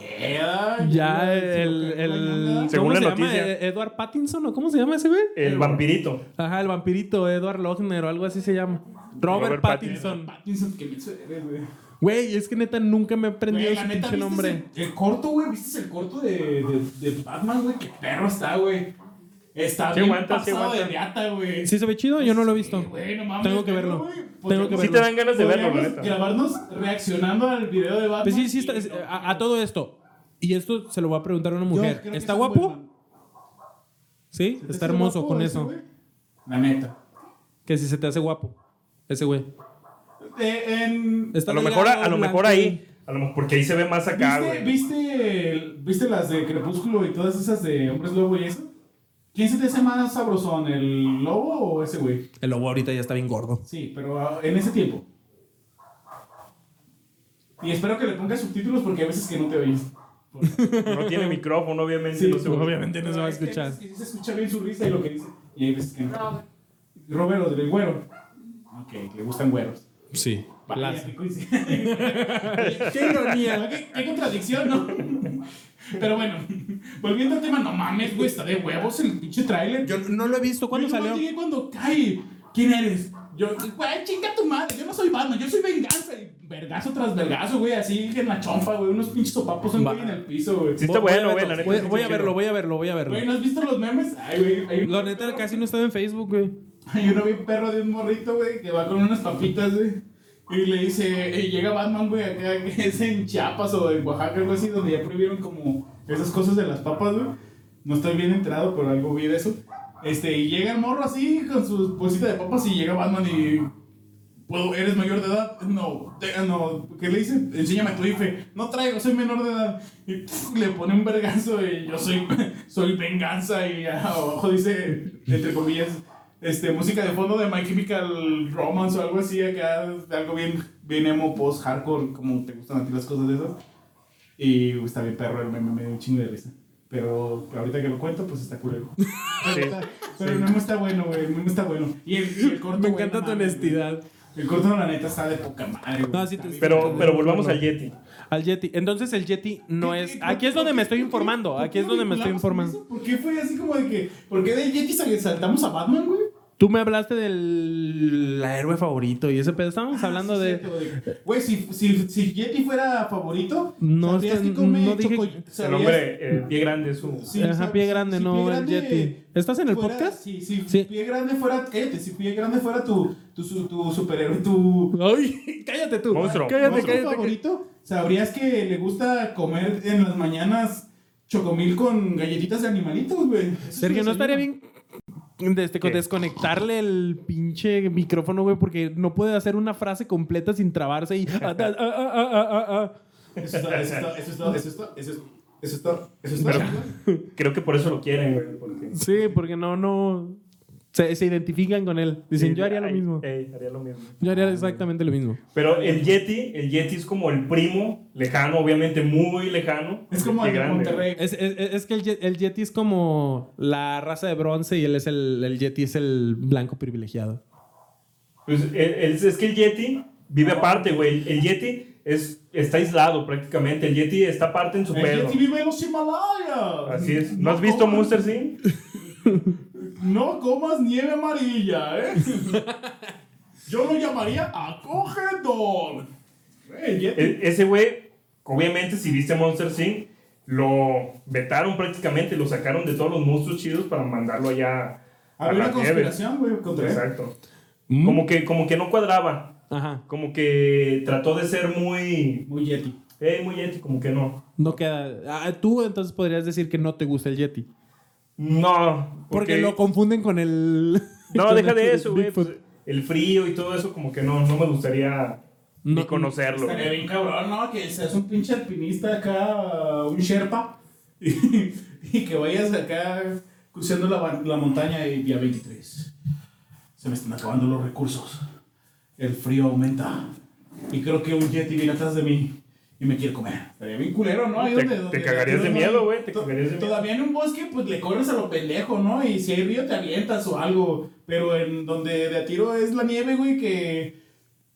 S2: Eh, ay,
S3: Ya
S2: ay,
S3: el.
S2: sí, ok,
S3: el
S2: no hay
S1: Según
S3: ¿cómo
S1: la
S3: se llama?
S1: noticia.
S3: ¿E- ¿Edward Pattinson o cómo se llama ese güey?
S1: El vampirito.
S3: Ajá, el vampirito, Edward Lochner o algo así se llama. Robert,
S1: Robert
S3: Pattinson.
S2: nada. Pattinson, que me suele, güey.
S3: Güey, es que neta nunca me he aprendido
S2: Güey, la
S3: ese
S2: neta,
S3: pinche
S2: ¿viste
S3: nombre.
S2: El, el corto, güey, ¿viste el corto de, de, de Batman, güey? Qué perro está, güey. Está
S1: Sí
S2: bien
S1: aguanta, sí
S2: pasado de
S1: aguanta.
S2: reata, güey.
S3: ¿Sí se ve chido? Yo no lo he visto.
S2: Sí, güey, no mames,
S3: Tengo que
S2: velo,
S3: verlo.
S2: güey.
S3: Tengo que
S2: Podríamos-
S1: pues Sí
S3: verlo.
S1: te dan ganas de verlo, la
S2: Podríamos
S1: neta.
S2: grabarnos reaccionando al video de Batman.
S3: Pues sí, sí, está-
S2: y-
S3: es- a, a todo esto. Y esto se lo voy a preguntar a una
S2: Yo
S3: mujer.
S2: creo que
S3: ¿Está
S2: es un
S3: guapo?
S2: buen man.
S3: Sí,
S2: ¿Se te
S3: está
S2: hace
S3: hermoso
S2: guapo
S3: con
S2: ese,
S3: eso.
S2: güey? La neta.
S3: Que si se te hace guapo. Ese güey.
S2: Eh, en-
S3: Está
S1: A lo
S3: de
S1: mejor, a,
S3: lado
S1: a lo mejor
S3: blanco.
S1: ahí. A lo mejor, porque ahí se ve más acá,
S2: ¿Viste,
S1: güey.
S2: viste, el- ¿Viste las de Crepúsculo y todas esas de Hombres Lobo y eso? ¿Quién se te hace más sabrosón, el lobo o ese güey?
S3: El lobo ahorita ya está bien gordo.
S2: Sí, pero ah, en ese tiempo. Y espero que le pongas subtítulos porque hay veces que no te oís.
S1: No tiene micrófono, obviamente.
S2: Sí,
S1: no se-
S3: obviamente no se va a
S2: Hay veces
S3: escuchar.
S2: que sí se escucha bien su risa y lo que dice. Y hay veces que no. Robert Rodríguez, güero. Ok, le gustan güeros.
S3: Sí.
S2: Vaya, qué coincidencia.
S3: Qué ironía.
S2: ¿Qué, qué contradicción, ¿no? Pero bueno, volviendo al tema, no mames, güey, está de huevos el pinche tráiler.
S3: Yo no lo he visto. ¿Cuándo
S2: Yo nomás
S3: salió?
S2: llegué cuando cae. ¿Quién eres? Yo, güey, chinga tu madre, yo no soy Batman, yo soy venganza. Y vergazo tras vergazo, güey, así en la chompa, güey, unos pinches sopapos en,
S3: Va.
S2: güey, en el piso, güey.
S1: Sí está
S3: Voy a
S1: bueno,
S3: verlo.
S1: güey. la neta
S3: Voy,
S1: sí
S3: voy a
S1: está
S3: verlo,
S1: chido.
S3: voy a verlo, voy a verlo.
S2: Güey, ¿no has visto los memes? Ay, güey, hay un-
S3: La neta casi no estaba en Facebook, güey.
S2: Hay uno bien perro de un morrito, güey, que va con unas papitas, güey. Y le dice, y llega Batman, güey, acá, que es en Chiapas o en Oaxaca, algo así, donde ya prohibieron como esas cosas de las papas, güey. No estoy bien enterado, pero algo vi de eso. Este, y llega el morro así, con su bolsita de papas, y llega Batman y... ¿Puedo, ¿Eres mayor de edad? No, te- ah, no, ¿qué le dice? Enséñame tu IFE. No traigo, soy menor de edad. Y pf, le pone un vergazo y yo soy, soy venganza y abajo dice, entre comillas, este, música de fondo de My Chemical Romance o algo así acá, algo bien, bien emo, post, hardcore, como te gustan a ti las cosas de esas. Y güey, está bien perro, me, me, me dio un chingo de risa. Pero ahorita que lo cuento, pues está culero. Pero, está- pero el meme está bueno, güey, el meme está bueno. Y el, y el corto,
S3: Me
S2: güey,
S3: encanta
S2: no
S3: tu
S2: mames, güey.
S3: honestidad.
S2: El corto, la neta, está de poca madre, güey.
S3: No, sí te-
S1: Pero, pero volvamos al Yeti.
S3: Al Yeti. Entonces el Yeti no
S2: ¿Qué-
S3: es.
S2: qué-
S3: Aquí
S2: por-
S3: es donde
S2: por
S3: me
S2: qué- por
S3: estoy
S2: qué-
S3: informando.
S2: por qué
S3: Aquí es
S2: lo
S3: donde me estoy
S2: vinculamos con
S3: informando.
S2: eso? ¿Por qué fue así como de que, por qué de Yeti sal- saltamos a Batman, güey?
S3: Tú me hablaste del la héroe favorito y ese pedo. Estábamos hablando
S2: Ah, Sí,
S3: de.
S2: cierto, güey. Güey, si, si, si Yeti fuera favorito,
S3: No,
S2: sabrías
S3: este-
S2: que come
S3: no dije-
S2: choco-
S1: El
S2: sabrías-
S1: hombre, eh, pie grande es su.
S2: Sí,
S3: Ajá,
S2: sabes,
S3: pie grande,
S2: si
S3: no
S2: Pie
S3: el Yeti. ¿Estás en el
S2: fuera-
S3: podcast?
S2: Sí, sí,
S3: Sí.
S2: Pie Grande fuera, cállate, si Pie Grande fuera tu, tu, su- tu superhéroe, tu
S3: ¡Ay! ¡Cállate tú!
S1: Monstruo.
S3: ¡Cállate,
S2: monstruo
S3: cállate!
S2: favorito, sabrías que le gusta comer en las mañanas chocomil con galletitas de animalitos, güey. Eso es
S3: Sergio,
S2: un
S3: ¿no estaría
S2: desayuno.
S3: bien de este-
S1: ¿Qué?
S3: desconectarle el pinche micrófono, güey? Porque no puede hacer una frase completa sin trabarse y... ah, ah, ah, ah, ah, ah, ah.
S2: Eso está, eso está, eso está, eso está, eso está. Eso está, eso está.
S1: Creo que por eso lo quieren, güey. Porque...
S3: Sí, porque no, no... Se, se identifican con él. Dicen, yo haría lo
S1: Ay, eh.
S3: mismo.
S1: ey, haría lo mismo.
S3: Yo haría exactamente lo mismo.
S1: Pero el Yeti, el Yeti es como el primo lejano, obviamente muy lejano.
S2: es como
S1: Pie
S2: el de
S1: grande.
S2: Monterrey.
S3: Es, es- es que el, ye- el Yeti es como la raza de bronce y él es el, el Yeti es el blanco privilegiado.
S1: Pues, el- el- es que el Yeti vive aparte, güey. El, el Yeti es, está aislado prácticamente. El Yeti está aparte en su
S2: El
S1: pedo.
S2: Yeti vive en los Himalayas.
S1: Así es. ¿No has visto
S2: comas-
S1: Monster Sin?
S2: No comas nieve amarilla, ¿eh? Yo lo llamaría acogedor. Güey, Yeti.
S1: E- ese güey, obviamente, si viste Monster Inc., lo vetaron prácticamente, lo sacaron de todos los monstruos chidos para mandarlo allá a
S2: Había
S1: la
S2: una
S1: nieve.
S2: conspiración, ¿eh? güey, contra él.
S1: Exacto. Como que, como que no cuadraba.
S3: Ajá.
S1: Como que trató de ser muy.
S2: Muy Yeti.
S1: Eh, muy ético, como que no.
S3: No queda. Ah, tú entonces podrías decir que no te gusta el Yeti.
S1: No.
S3: Porque lo confunden con el.
S1: No,
S3: con
S1: deja
S3: el
S1: de eso, güey.
S3: Bigfoot.
S1: pues, el frío y todo eso, como que no, no me gustaría ni
S3: No-
S1: conocerlo.
S2: Estaría bien cabrón, ¿no? Que seas un pinche alpinista acá, un Sherpa, y, y que vayas acá cruzando la, ba- la montaña y día 23. Se me están acabando los recursos. El frío aumenta. Y creo que un Yeti viene atrás de mí y me quiere comer. Estaría bien culero, ¿no? Ahí
S1: Te-
S2: donde-
S1: te
S2: donde-
S1: cagarías de
S2: donde-
S1: miedo, güey, te
S2: to-
S1: cagarías de miedo.
S2: Todavía en un bosque, pues le corres a lo pendejo, ¿no? Y si hay río, te avientas o algo. Pero en donde de a tiro es la nieve, güey, que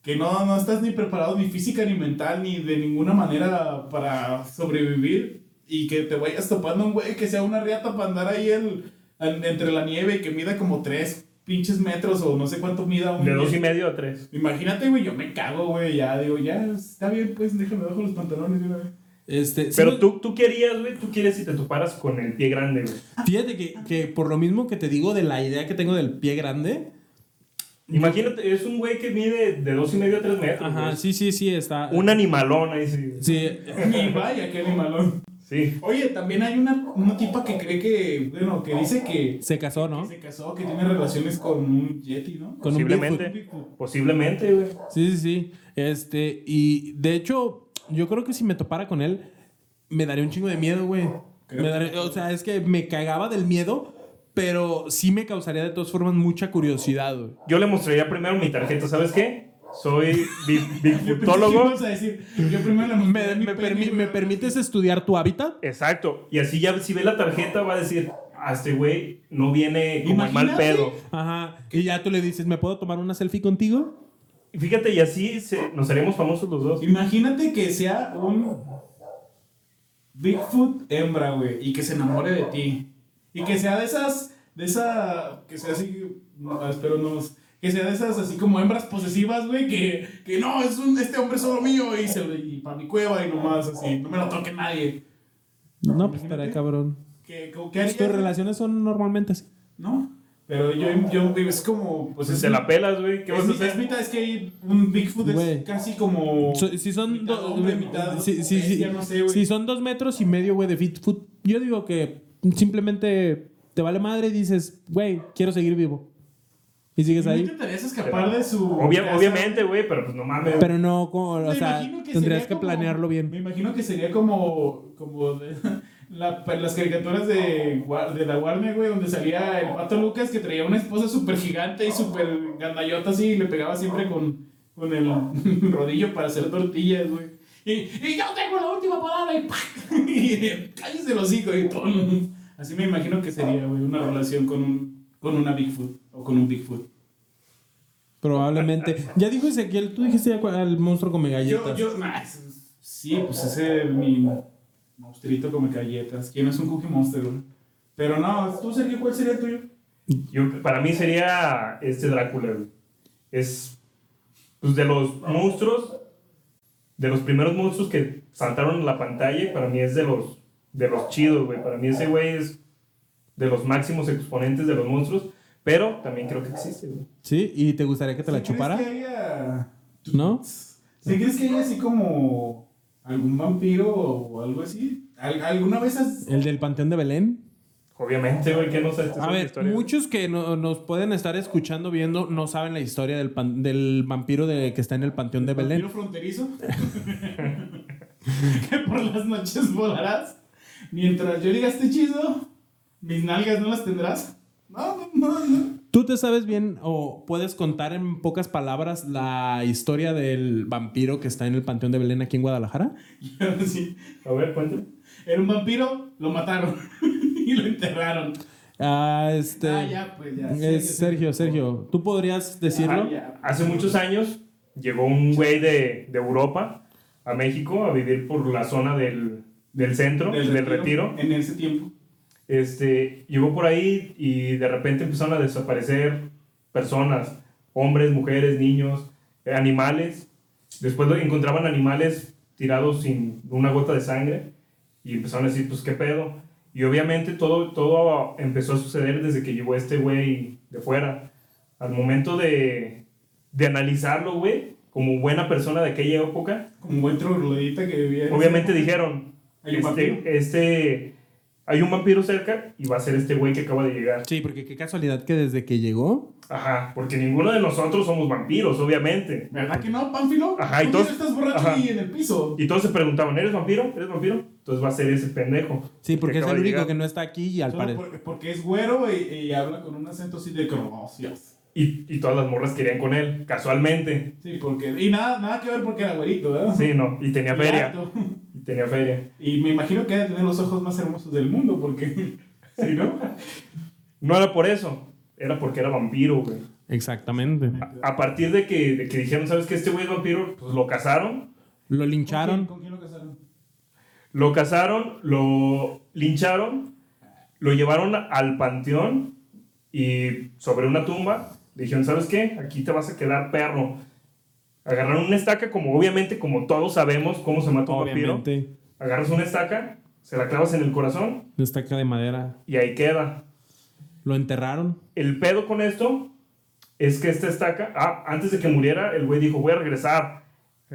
S2: que no, no estás ni preparado ni física ni mental ni de ninguna manera para sobrevivir y que te vayas topando un güey que sea una riata para andar ahí el, en- entre la nieve y que mida como tres pinches metros o no sé cuánto mida un
S1: De dos y medio a tres.
S2: Imagínate, güey, yo me cago, güey, ya digo, ya está bien, pues déjame bajo los pantalones, güey.
S3: Este, sí
S1: Pero
S3: me-
S1: tú, tú querías, güey, tú quieres si te toparas con el pie grande, güey.
S3: Fíjate que, que por lo mismo que te digo de la idea que tengo del pie grande.
S1: Imagínate, es un güey que mide de dos y medio a tres metros.
S3: Ajá,
S1: güey.
S3: sí, sí, sí, está.
S1: Un animalón ahí sí.
S3: Sí.
S2: Y vaya, qué animalón.
S1: Sí.
S2: Oye, también hay una, una tipa que cree que, bueno, que dice que
S3: Se casó, ¿no?
S2: se casó, que tiene relaciones con un yeti, ¿no?
S3: Con un
S1: posiblemente.
S2: Bigfoot.
S1: Posiblemente, güey.
S3: Sí, sí, sí. Este, y de hecho, yo creo que si me topara con él, me daría un chingo de miedo, güey.
S2: Creo.
S3: Me daría- o sea, es que me cagaba del miedo, pero sí me causaría de todas formas mucha curiosidad, güey.
S1: Yo le mostraría primero mi tarjeta, ¿sabes qué? Soy bi-
S2: Yo pensé que
S1: bigfootólogo.
S2: ibas a decir, yo primero le mostré
S3: ¿Me,
S2: mi
S3: me
S2: pene,
S3: permi-
S2: güey.
S3: me permites estudiar tu hábitat?
S1: Exacto. Y así ya si ve la tarjeta va a decir, a este güey no viene como el mal
S2: Imagínate.
S1: pedo.
S3: Ajá. Y ya tú le dices, ¿me puedo tomar una selfie contigo?
S1: Y Fíjate, y así se- nos haríamos famosos los dos.
S2: Imagínate que sea un Bigfoot hembra, güey, y que se enamore de ti. Y que sea de esas, de esa, que sea así, no, espero no, que sea de esas así como hembras posesivas, güey, que, que no, es un, este hombre es solo mío y, se, y para mi cueva y nomás así, no me lo toque nadie.
S3: No, pues
S2: Imagínate.
S3: estaría cabrón.
S2: ¿Qué, qué- qué
S3: Pues, Tus
S2: harías?
S3: relaciones son normalmente así.
S2: ¿No? Pero yo, yo, es como, pues
S1: Pues
S2: es
S1: se la pelas, güey. ¿Qué
S2: es,
S1: vas a
S2: mi- es
S1: hacer?
S2: mitad, es que un Bigfoot
S3: Güey.
S2: es casi como.
S3: So- si son
S2: mitad
S3: dos
S2: hombre, mitad
S3: si, si-
S2: bestia,
S3: si-
S2: no sé, güey.
S3: si son dos metros y medio, güey, de fit food, yo digo que simplemente te vale madre y dices, güey, quiero seguir vivo. Y sigues
S2: ¿No
S3: ahí.
S2: intentarías escapar de su.
S1: Obvia-
S2: casa?
S1: obviamente, güey, pero pues no mames.
S3: Pero no, como, o
S2: Me
S3: sea,
S2: imagino
S3: tendrías
S2: sería
S3: que
S2: como-
S3: planearlo
S2: Me
S3: bien.
S2: imagino que sería como. como de- la- pues, las caricaturas de, War- de la Warner, güey, donde salía el pato Lucas que traía una esposa súper gigante y súper gandayota así y le pegaba siempre con, con el rodillo para hacer tortillas, güey. Y, y yo tengo la última palabra y ¡pac! Y cállese los hijos y ¡pum! Así me imagino que sería, güey, una relación con, un, con una Bigfoot o con un Bigfoot.
S3: Probablemente. Ya dijo Ezequiel, tú dijiste ya cu- al monstruo come
S2: Yo,
S3: galletas.
S2: yo, nah, es- es- sí, pues ese mi monstruito come galletas. ¿Quién no es un cookie monster, güey? Pero no, tú, Sergio, ¿cuál sería el tuyo?
S1: Yo, para mí sería este Drácula, güey. Es pues, de los monstruos, de los primeros monstruos que saltaron a la pantalla, y para mí es de los, de los chidos, güey. Para mí ese güey es de los máximos exponentes de los monstruos, pero también creo que existe, güey.
S3: Sí, y te gustaría que te la
S2: ¿Sí crees
S3: chupara,
S2: que haya-
S3: ¿no?
S2: ¿Sí crees que haya así como algún vampiro o algo así? ¿Al- ¿Alguna vez has...?
S3: El del Panteón de Belén.
S1: Obviamente, güey, que no sabes
S3: A ver, muchos que no- nos pueden estar escuchando, viendo, no saben la historia del, pan- del vampiro de, que está en el Panteón de Belén.
S2: ¿Vampiro fronterizo? que por las noches volarás. Mientras yo diga este hechizo, mis nalgas no las tendrás. No, no, no, no.
S3: ¿Tú te sabes bien o puedes contar en pocas palabras la historia del vampiro que está en el Panteón de Belén aquí en Guadalajara?
S2: Yo sí.
S1: A ver, cuéntame.
S2: Era un vampiro, lo mataron y lo enterraron.
S3: Ah, este.
S2: Ah, ya, pues ya.
S3: es Sergio, Sergio. ¿Tú podrías decirlo?
S2: Ah, ya.
S1: Hace muchos años llegó un güey de, de Europa a México a vivir por la zona del, del centro, del, retiro.
S2: En ese tiempo.
S1: este, llegó por ahí y de repente empezaron a desaparecer personas, hombres, mujeres, niños, eh, animales. Después lo- encontraban animales tirados sin una gota de sangre y empezaron a decir, pues qué pedo. Y obviamente todo, todo empezó a suceder desde que llegó este güey de fuera. Al momento de, de analizarlo, güey, como buena persona de aquella época,
S2: Como buen troglodita que vivía. en
S1: obviamente
S2: ese-
S1: dijeron,
S2: Hay un vampiro.
S1: este, este, hay un vampiro cerca y va a ser este güey que acaba de llegar.
S3: Sí, porque qué casualidad que desde que llegó.
S1: Ajá, porque ninguno de nosotros somos vampiros, obviamente.
S2: ¿Verdad que no, Pánfilo?
S1: Ajá, y
S2: ¿Por qué
S1: todos-
S2: no estás borracho
S1: ajá.
S2: y en el piso?
S1: Y todos se preguntaban, ¿eres vampiro? ¿Eres vampiro? Entonces va a ser ese pendejo.
S3: Sí, porque es
S1: acaba
S3: el
S1: de
S3: único
S1: llegar.
S3: que no está aquí y al
S2: Solo
S3: parecer.
S2: por- porque es güero y, y habla con un acento así de "Oh, gracias.
S1: Y, y todas las morras querían con él, casualmente.
S2: Sí, porque. Y nada, nada que ver porque era güerito, ¿verdad?
S1: Sí, no, y tenía
S2: Y
S1: feria.
S2: alto.
S1: Y tenía feria.
S2: Y me imagino que ha de tener los ojos más hermosos del mundo, porque. ¿Sí, no?
S1: No era por eso, era porque era vampiro, güey.
S3: Exactamente.
S1: A, a partir de que, de que dijeron, ¿sabes qué? Este güey es vampiro, pues lo cazaron.
S3: Lo lincharon.
S2: ¿Con quién, con quién lo casaron?
S1: Lo cazaron, lo lincharon, lo llevaron al panteón y sobre una tumba le dijeron, ¿sabes qué? Aquí te vas a quedar perro. Agarraron una estaca, como obviamente, como todos sabemos cómo se mata un vampiro.
S3: Obviamente.
S1: Agarras una estaca, se la clavas en el corazón
S3: Destaca de madera.
S1: y ahí queda.
S3: Lo enterraron.
S1: El pedo con esto es que esta estaca, ah, antes de que muriera, el güey dijo, voy a regresar.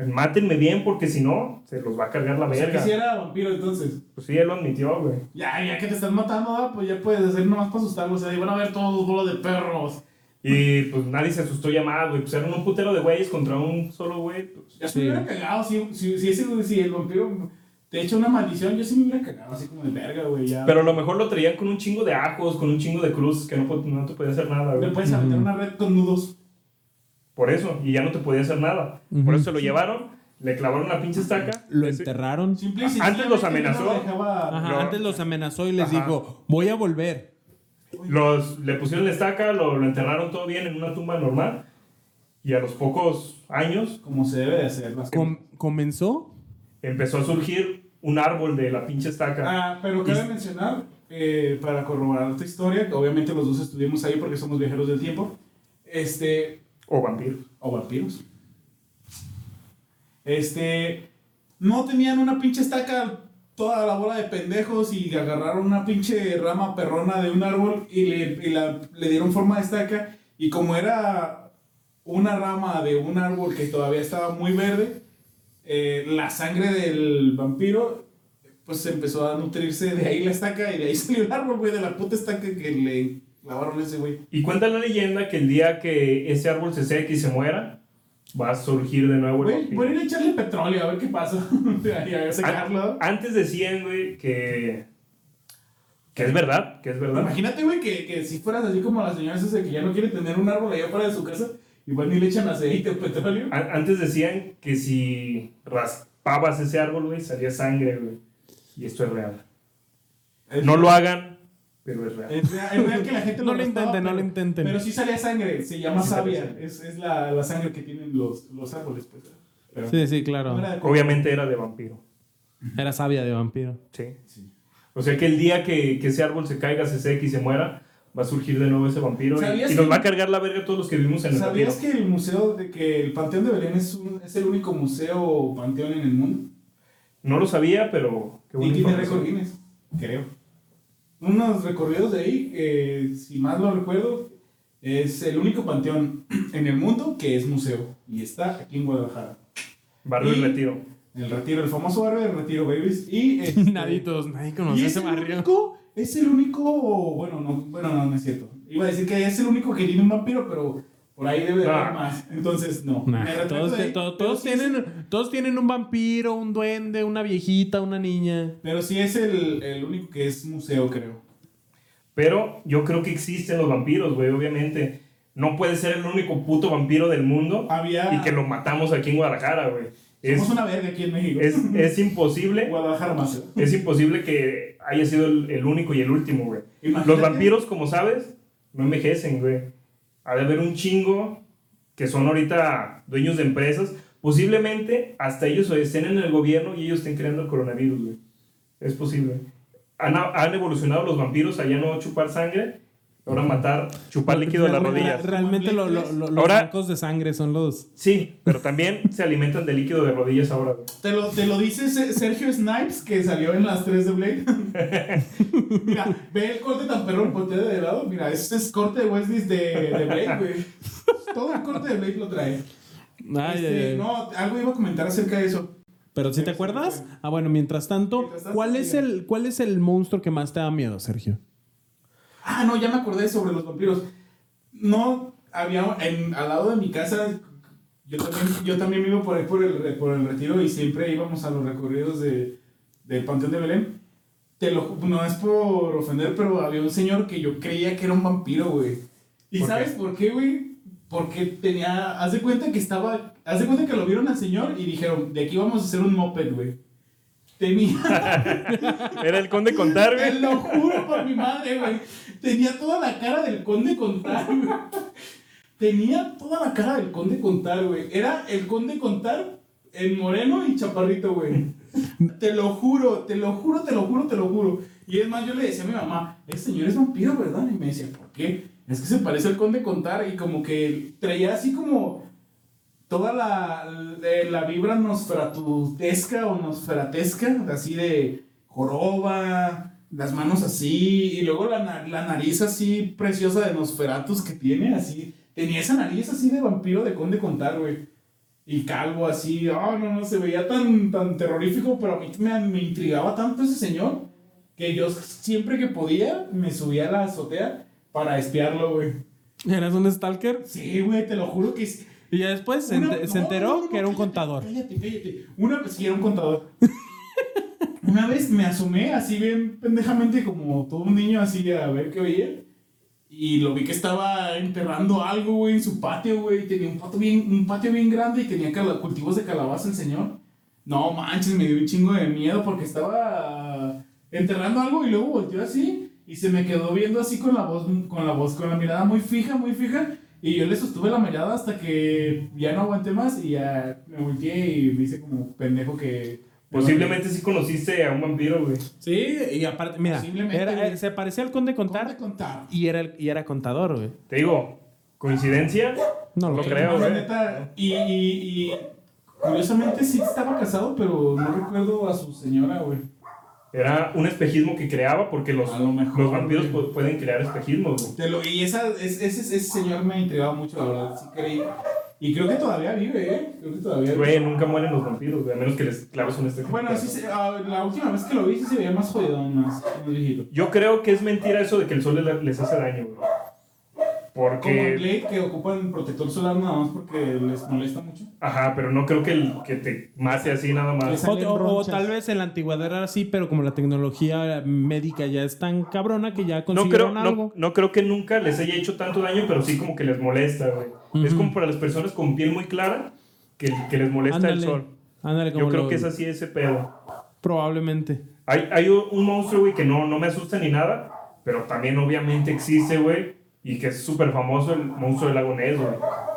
S1: Mátenme bien porque si no, se los va a cargar la
S2: O sea, Pues que
S1: verga.
S2: si era vampiro entonces.
S1: Pues sí, él lo admitió, güey.
S2: Ya, ya que te están matando, ah, pues ya puedes hacer nomás para asustarlos. O sea, y van a ver todos bolos de perros.
S1: Y pues nadie se asustó ya más, güey. Pues eran un putero de güeyes contra un solo güey. pues,
S2: Ya
S3: Sí.
S2: se me hubiera cagado. Si, si, si, ese, si el vampiro te echa una maldición, yo sí me hubiera cagado, así como de verga, güey. Ya.
S1: Pero a lo mejor lo traían con un chingo de ajos, con un chingo de cruz, que no, po- no te podía hacer nada,
S2: Le
S1: güey.
S2: puedes aventar una red con nudos.
S1: Por eso, y ya no te podía hacer nada. Por
S3: Ujú.
S1: eso se lo llevaron, le clavaron la pinche estaca.
S3: Lo
S1: ese-
S3: enterraron.
S2: Simple y
S1: Ah, Antes
S2: sencillamente
S1: los amenazó.
S2: no lo dejaba-
S3: Ajá,
S1: Lo-
S3: antes los amenazó y les
S1: Ajá.
S3: dijo, voy a volver.
S1: Los, le pusieron la estaca, lo, lo enterraron todo bien en una tumba normal. Y a los pocos años
S2: Como se debe de hacer. Las cosas.
S3: Com- comenzó.
S1: empezó a surgir un árbol de la pinche estaca.
S2: Ah, pero cabe mencionar, eh, para corroborar tu historia, que obviamente los dos estuvimos ahí porque somos viajeros del tiempo. Este,
S1: O vampiros.
S2: o vampiros. Este, no tenían una pinche estaca toda la bola de pendejos y agarraron una pinche rama perrona de un árbol y le, y la- le dieron forma de estaca y como era una rama de un árbol que todavía estaba muy verde, eh, la sangre del vampiro pues empezó a nutrirse de ahí la estaca y de ahí salió el árbol, güey, de la puta estaca que le lavaron ese güey.
S1: Y cuenta la leyenda que el día que ese árbol se seque y se muera, va a surgir de nuevo el
S2: Güey,
S1: vampiro.
S2: pueden echarle petróleo a ver qué pasa. y a
S3: Ah.
S2: ver,
S1: An-
S2: secarlo.
S1: Antes decían, güey, que. Que es verdad, que es verdad.
S2: Imagínate, güey, que, que si fueras así como las señoras esas que ya no quiere tener un árbol allá fuera de su casa, igual ni le echan aceite o petróleo.
S1: An- Antes decían que si raspabas ese árbol, güey, salía sangre, güey. Y esto es real. No lo hagan, pero es real.
S2: Es real, es real que la gente
S3: No lo
S2: raspaba,
S3: intenten, no
S2: pero-
S3: lo intenten.
S2: Pero sí salía sangre, se llama
S1: Sí salía
S2: savia.
S1: sangre.
S2: Es, es la, la sangre que tienen los, los árboles, pues. Pero-
S3: Sí, sí, claro.
S2: No era de-
S1: Obviamente era de vampiro.
S3: Era sabia de vampiro.
S1: Sí.
S2: Sí.
S1: O sea que el día que, que ese árbol se caiga, se seque y se muera, va a surgir de nuevo ese vampiro. Y,
S2: ¿Sabías
S1: y nos
S2: que-
S1: va a cargar la verga a todos los que vivimos en el vampiro.
S2: ¿Sabías que el museo, de que el Panteón de Belén es, un- es el único museo o panteón en el mundo?
S1: No lo sabía, pero qué
S2: Y
S1: buena
S2: tiene
S1: información.
S2: récord Guinness, creo. Unos recorridos de ahí, eh, si mal no recuerdo, es el único panteón en el mundo que es museo. Y está aquí en Guadalajara.
S1: Barrio y
S2: Y-
S1: retiro.
S2: El Retiro, el famoso barrio del Retiro, babies. Y, este,
S3: Nadie, todos, nadie
S2: y
S3: conoce
S2: es
S3: ese
S2: el
S3: barrio.
S2: único, es el único, bueno, no, bueno, no, no es cierto. Iba a decir que es el único que tiene un vampiro, pero por ahí debe de
S1: Ah.
S2: haber más. Entonces, no.
S3: Nah,
S2: Me retracto
S3: todos,
S2: de ahí, pero
S3: to- todos
S2: sí es
S3: tienen, todos tienen un vampiro, un duende, una viejita, una niña.
S2: Pero sí es el, el único que es museo, creo.
S1: Pero yo creo que existen los vampiros, güey, obviamente. No puede ser el único puto vampiro del mundo
S2: Había...
S1: y que lo matamos aquí en Guadalajara, güey. Es,
S2: Ah. Somos una verga aquí en México.
S1: es, es imposible,
S2: Guadalajara más.
S1: es imposible que haya sido el, el único y el último, güey. Los
S2: Imagínate.
S1: vampiros, como sabes, no envejecen, güey. Ha de haber un chingo que son ahorita dueños de empresas. Posiblemente hasta ellos estén en el gobierno y ellos estén creando el coronavirus, güey. Es posible. Han, han evolucionado los vampiros a ya no chupar sangre Ahora matar, chupar líquido de las
S3: Realmente-
S1: rodillas.
S3: Realmente lo- lo- lo- los
S1: Ahora-
S3: blancos de sangre son los.
S1: Sí, pero también se alimentan de líquido de rodillas ahora. güey.
S2: Te lo, te lo dice Se- Sergio Snipes, que salió en las 3 de Blade. mira, ve el corte tan perro, voltea de lado. Mira, este es corte de Wesley de, de Blade, güey. Todo el corte de Blade lo trae.
S3: Ay,
S2: Este,
S3: ay, ay.
S2: No, algo iba a comentar acerca de eso.
S3: Pero si te acuerdas. Ah, bueno, mientras tanto,
S2: Mientras tanto,
S3: ¿cuál es,
S2: sigue.
S3: el, ¿cuál es el monstruo que más te da miedo, Sergio?
S2: Ah, no, ya me acordé sobre los vampiros. No, había en, al lado de mi casa, yo también, yo también vivo por ahí por el, por el retiro y siempre íbamos a los recorridos de, del Panteón de Belén. Te lo, ju- no es por ofender, pero había un señor que yo creía que era un vampiro, güey. ¿Y
S1: ¿Por qué?
S2: sabes por qué, güey? Porque tenía, haz de cuenta que estaba, haz de cuenta que lo vieron al señor y dijeron, de aquí vamos a hacer un moped, güey. Tenía...
S1: Era el conde contar,
S2: Te
S1: güey.
S2: lo juro por mi madre, güey. Tenía toda la cara del conde contar, güey. Tenía toda la cara del conde contar, güey. Era el conde contar en moreno y chaparrito, güey. Te lo juro, te lo juro, te lo juro, te lo juro. Y es más, yo le decía a mi mamá, ese señor es vampiro, ¿verdad? Y me decía, ¿por qué? Es que se parece al conde contar y como que traía así como toda la, de la vibra nosferatutesca o nosferatesca, así de joroba, las manos así, y luego la, na- la nariz así preciosa de Nosferatus que tiene, así. Tenía esa nariz así de vampiro de conde contar, güey. Y calvo así, oh, no, no, se veía tan, tan terrorífico, pero a mí me, me intrigaba tanto ese señor que yo siempre que podía me subía a la azotea para espiarlo, güey.
S3: ¿Eras un stalker?
S2: Sí, güey, te lo juro que sí.
S3: Y ya después se,
S2: Una-
S3: ente- se
S2: no,
S3: enteró
S2: no, no,
S3: que era un
S2: cállate,
S3: contador.
S2: Cállate, cállate. Una vez sí era un contador. Una vez me asomé así bien pendejamente como todo un niño así a ver qué oía. Y lo vi que estaba enterrando algo, güey, en su patio, güey. Tenía un patio bien, un patio bien grande y tenía cala- cultivos de calabaza el señor. No manches, me dio un chingo de miedo porque estaba enterrando algo y luego volteó así y se me quedó viendo así con la voz, con la voz, con la mirada muy fija, muy fija. Y yo le sostuve la mirada hasta que ya no aguanté más y ya me volteé y me hice como pendejo que...
S1: Posiblemente sí conociste a un vampiro, güey.
S3: Sí, y aparte, mira,
S2: Posiblemente,
S3: era-
S2: güey.
S3: eh, se parecía al conde
S2: Contar, contar.
S3: contar y era, el- y era contador, güey.
S1: Te digo, coincidencia.
S3: No lo
S1: No
S3: creo.
S1: creo.
S2: La
S1: güey.
S2: neta, y, y, y curiosamente sí estaba casado, pero no recuerdo a su señora, güey.
S1: Era un espejismo que creaba porque los,
S2: A lo mejor,
S1: los vampiros
S2: güey.
S1: pu- pueden crear espejismos, güey.
S2: Te lo- y esa, es- ese, ese señor me intrigaba mucho, la verdad, sí creí. Y creo que todavía vive, ¿eh? Creo que todavía vive.
S1: Güey, nunca mueren los vampiros, güey, a menos que les claves un espejo.
S2: Bueno, sí, se- ah, la última vez que lo vi sí se veía más jodidón, más, más viejito.
S1: Yo creo que es mentira eso de que el sol les, les hace daño, güey.
S2: Como en
S1: Porque...
S2: Blade, que ocupan protector solar nada más porque les molesta mucho.
S1: Ajá, pero no creo que, el- que te mate así nada más.
S2: Esa-
S3: O,
S2: salen
S3: o- o
S2: ronchas.
S3: tal vez en la antigüedad era así, pero como la tecnología médica ya es tan cabrona que ya
S1: No creo,
S3: consiguieron algo.
S1: no, no creo que nunca les haya hecho tanto daño, pero sí como que les molesta, güey. Es
S3: Ujú.
S1: como para las personas con piel muy clara que, que les molesta el
S3: ándale,
S1: sol.
S3: ándale, como
S1: Yo creo
S3: lo-
S1: que es así ese pedo.
S3: probablemente.
S1: Hay, hay un un monstruo, güey, que no, no me asusta ni nada, pero también obviamente existe, güey, y que es súper famoso, el monstruo del lago Ness, güey.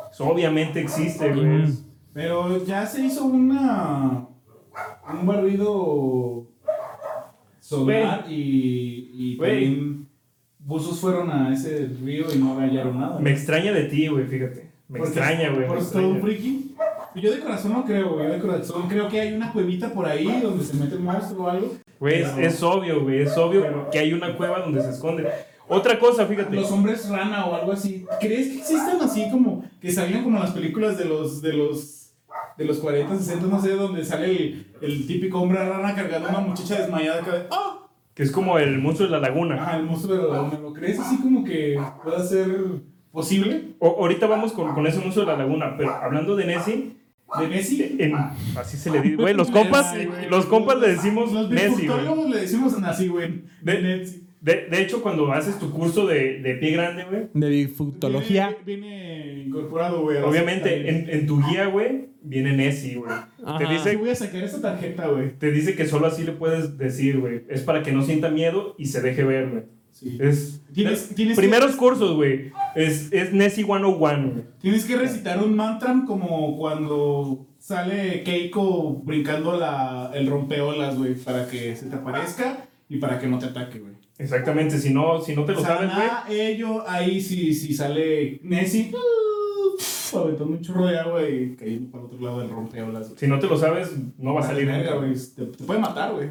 S1: Eso obviamente existe, güey.
S3: Ujú.
S1: Es-
S2: Pero ya se hizo una. Un barrido. Solar y. Y
S1: Güey.
S2: también Buzos fueron a ese río y no hallaron nada.
S1: Me extraña de ti, güey, fíjate. Me
S2: Porque-
S1: extraña, güey. me
S2: Por todo
S1: extraña.
S2: un friki. Yo de corazón no creo, güey. Yo de corazón creo que hay una cuevita por ahí donde se mete un monstruo o algo.
S1: Güey, es, es obvio, güey, es obvio que hay una cueva donde se esconde. Otra cosa, fíjate.
S2: Los hombres rana o algo así. ¿Crees que existan así como que salían como las películas de los de los de los 40, 60, no sé, donde sale el, el típico hombre rana cargando a una muchacha desmayada que de, ¡Ah!
S1: Que es como el monstruo de la laguna.
S2: Ajá, el monstruo de la laguna. ¿Lo crees así como que pueda ser posible?
S1: O- ahorita vamos con, con ese monstruo de la laguna, pero hablando de Nessie,
S2: ¿De Messi?
S1: en- así se le dice. Güey, los compas,
S2: Ay, güey.
S1: los compas le decimos
S2: Los
S1: Nessie, güey.
S2: bicultólogos le decimos así, güey.
S1: De-
S2: Nessie.
S1: De, de hecho, cuando haces tu curso de, de pie grande, güey,
S3: De bigfootología.
S2: Viene, viene incorporado, güey. a la
S1: obviamente
S2: secta,
S1: en, en tu guía, güey, viene Nessie, güey. Te
S3: Ajá.
S2: güey. Sí,
S1: dice,
S2: voy a sacar esa tarjeta, güey.
S1: te dice que solo así le puedes decir, güey. Es para que no sienta miedo y se deje ver, güey.
S2: Sí.
S1: Es,
S2: Tienes- tienes que-
S1: primeros cursos, güey. Es, es Nessie 101, güey.
S2: Tienes que recitar un mantra como cuando sale Keiko brincando la, el rompeolas, güey, para que se te aparezca. y para que no te ataque, güey.
S1: Exactamente, si no, si no te lo
S2: O sea,
S1: sabes, güey.
S2: ah, ello, ahí sí, sí sale Nessie. Aventando un chorro de agua y cayendo para el otro lado del rompeolas.
S1: Si no te lo sabes, no va a salir
S2: verga,
S1: nunca.
S2: güey. Te, te puede matar, güey.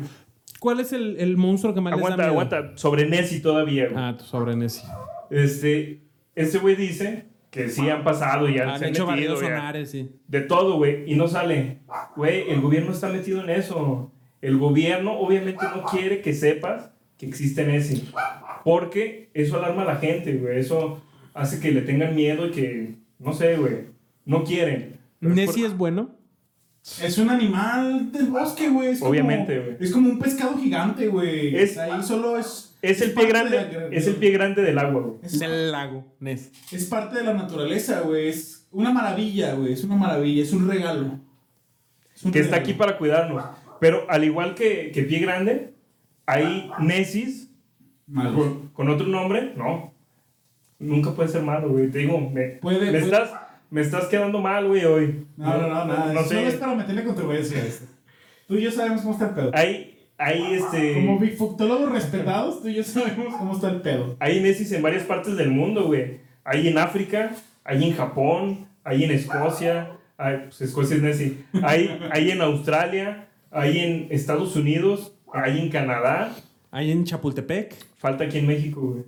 S3: ¿Cuál es el, el monstruo que más les
S1: Aguanta,
S3: da miedo?
S1: aguanta. Sobre Nessie todavía, güey.
S3: Ah, tu sobre Nessie.
S1: Este, este güey dice que sí han pasado y han,
S3: Ah. Han
S1: se han
S3: hecho
S1: metido,
S3: varios
S1: ya.
S3: sonares, sí.
S1: De todo, güey. Y no sale. Güey, el gobierno está metido en eso. El gobierno obviamente no quiere que sepas que existe Nessie. Porque eso alarma a la gente, güey. Eso hace que le tengan miedo y que, no sé, güey. No quieren. Pero es
S3: Nessie
S1: por-
S3: es bueno.
S2: Es un animal del bosque, güey. es como-
S1: Obviamente, güey.
S2: Es como un pescado gigante, güey.
S1: Es-
S2: ahí solo es.
S1: es el pie
S2: parte de la-
S1: grande. Es el pie grande del agua, güey.
S2: Es,
S3: Del lago, Nessie.
S2: es parte de la naturaleza, güey. Es una maravilla, güey. Es una maravilla. Es un regalo. Es un
S1: que está
S2: regalo.
S1: aquí para cuidarnos. Pero al igual que, que Pie Grande, hay Nesis
S2: Malos.
S1: con, con otro nombre, no. Nunca puede ser malo, güey. Te digo, me,
S2: Puede-
S1: me
S2: puede-
S1: estás, me estás quedando mal, güey, hoy.
S2: No, no, no, nada.
S1: No
S2: Solo es
S1: sé.
S2: para meterle controversia a esto. Tú y yo sabemos cómo está el pedo.
S1: Hay, hay,
S3: Eh,
S2: Como
S1: este,
S2: bigfoctólogos respetados, tú y yo sabemos cómo está el pedo.
S1: hay Nesis en varias partes del mundo, güey. Hay en África, hay en Japón, hay en Escocia. hay- pues, Escocia es Nessie. Hay, hay en Australia, hay en Estados Unidos, hay en Canadá.
S3: Ahí en Chapultepec.
S1: Falta aquí en México, güey.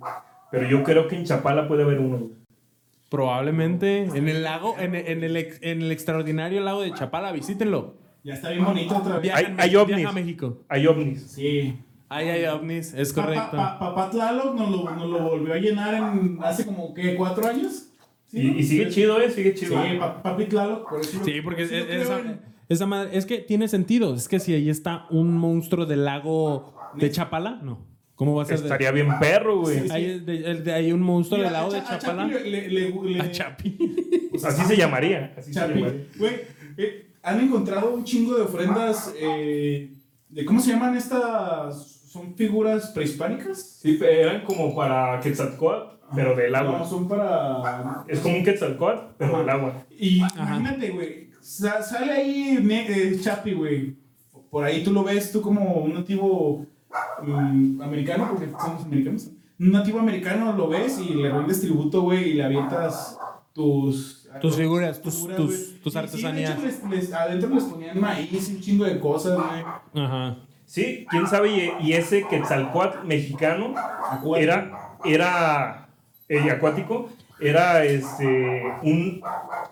S1: Pero yo creo que en Chapala puede haber uno, güey.
S3: Probablemente. En el lago, en, el- en el, ex- en el extraordinario lago de Chapala, visítenlo.
S2: Ah, Ya está bien bonito otra vez.
S3: Viaja,
S1: Hay-
S3: en
S1: hay
S3: Mex-
S1: ovnis.
S3: viaja a México.
S1: Hay ovnis.
S2: Sí.
S3: Ahí hay ovnis, es correcto.
S2: Pa- pa- papá Tlaloc nos lo, nos lo volvió a llenar en hace como, ¿qué? ¿Cuatro años?
S1: Y, y sigue chido, ¿eh? Sigue chido.
S2: Sí, pa- papi Tlaloc. Por eso
S3: Sí, porque
S2: sí,
S3: es-
S2: yo creo
S3: esa,
S2: en-
S3: esa madre. Es que tiene sentido. Es que si ahí está un monstruo del lago de Chapala, no. ¿Cómo va a ser? de-
S1: Estaría bien perro, güey.
S2: Sí, sí.
S3: Hay, el de- el de- hay un monstruo
S2: Mira,
S3: del lago
S2: a
S3: de
S2: Cha- a
S3: Chapala.
S2: Chapi le- le- le- le-
S3: A Chapi.
S1: Pues así se llamaría. Así se
S2: Chapi.
S1: llamaría.
S2: Güey, eh, han encontrado un chingo de ofrendas eh, de cómo se llaman estas son figuras prehispánicas
S1: Sí, pero eran como para Quetzalcóatl, pero del
S2: No,
S1: agua.
S2: son para
S1: Es como un Quetzalcóatl, pero del agua.
S2: y
S3: Ajá.
S2: imagínate güey sa- sale ahí ne- eh, Chapi güey por ahí tú lo ves tú como un nativo mm, americano porque somos americanos un nativo americano lo ves y le rendes tributo güey y le avientas tus
S3: Tus figuras, tus,
S2: figuras, güey.
S3: tus, tus
S2: Sí,
S3: artesanías.
S2: Sí, de hecho, les- les- adentro les ponían maíz y un chingo de cosas, güey.
S3: Ajá.
S1: Sí, quién sabe. Y, y ese Quetzalcóatl mexicano
S2: Acuérdate.
S1: era, era eh, acuático. Era este un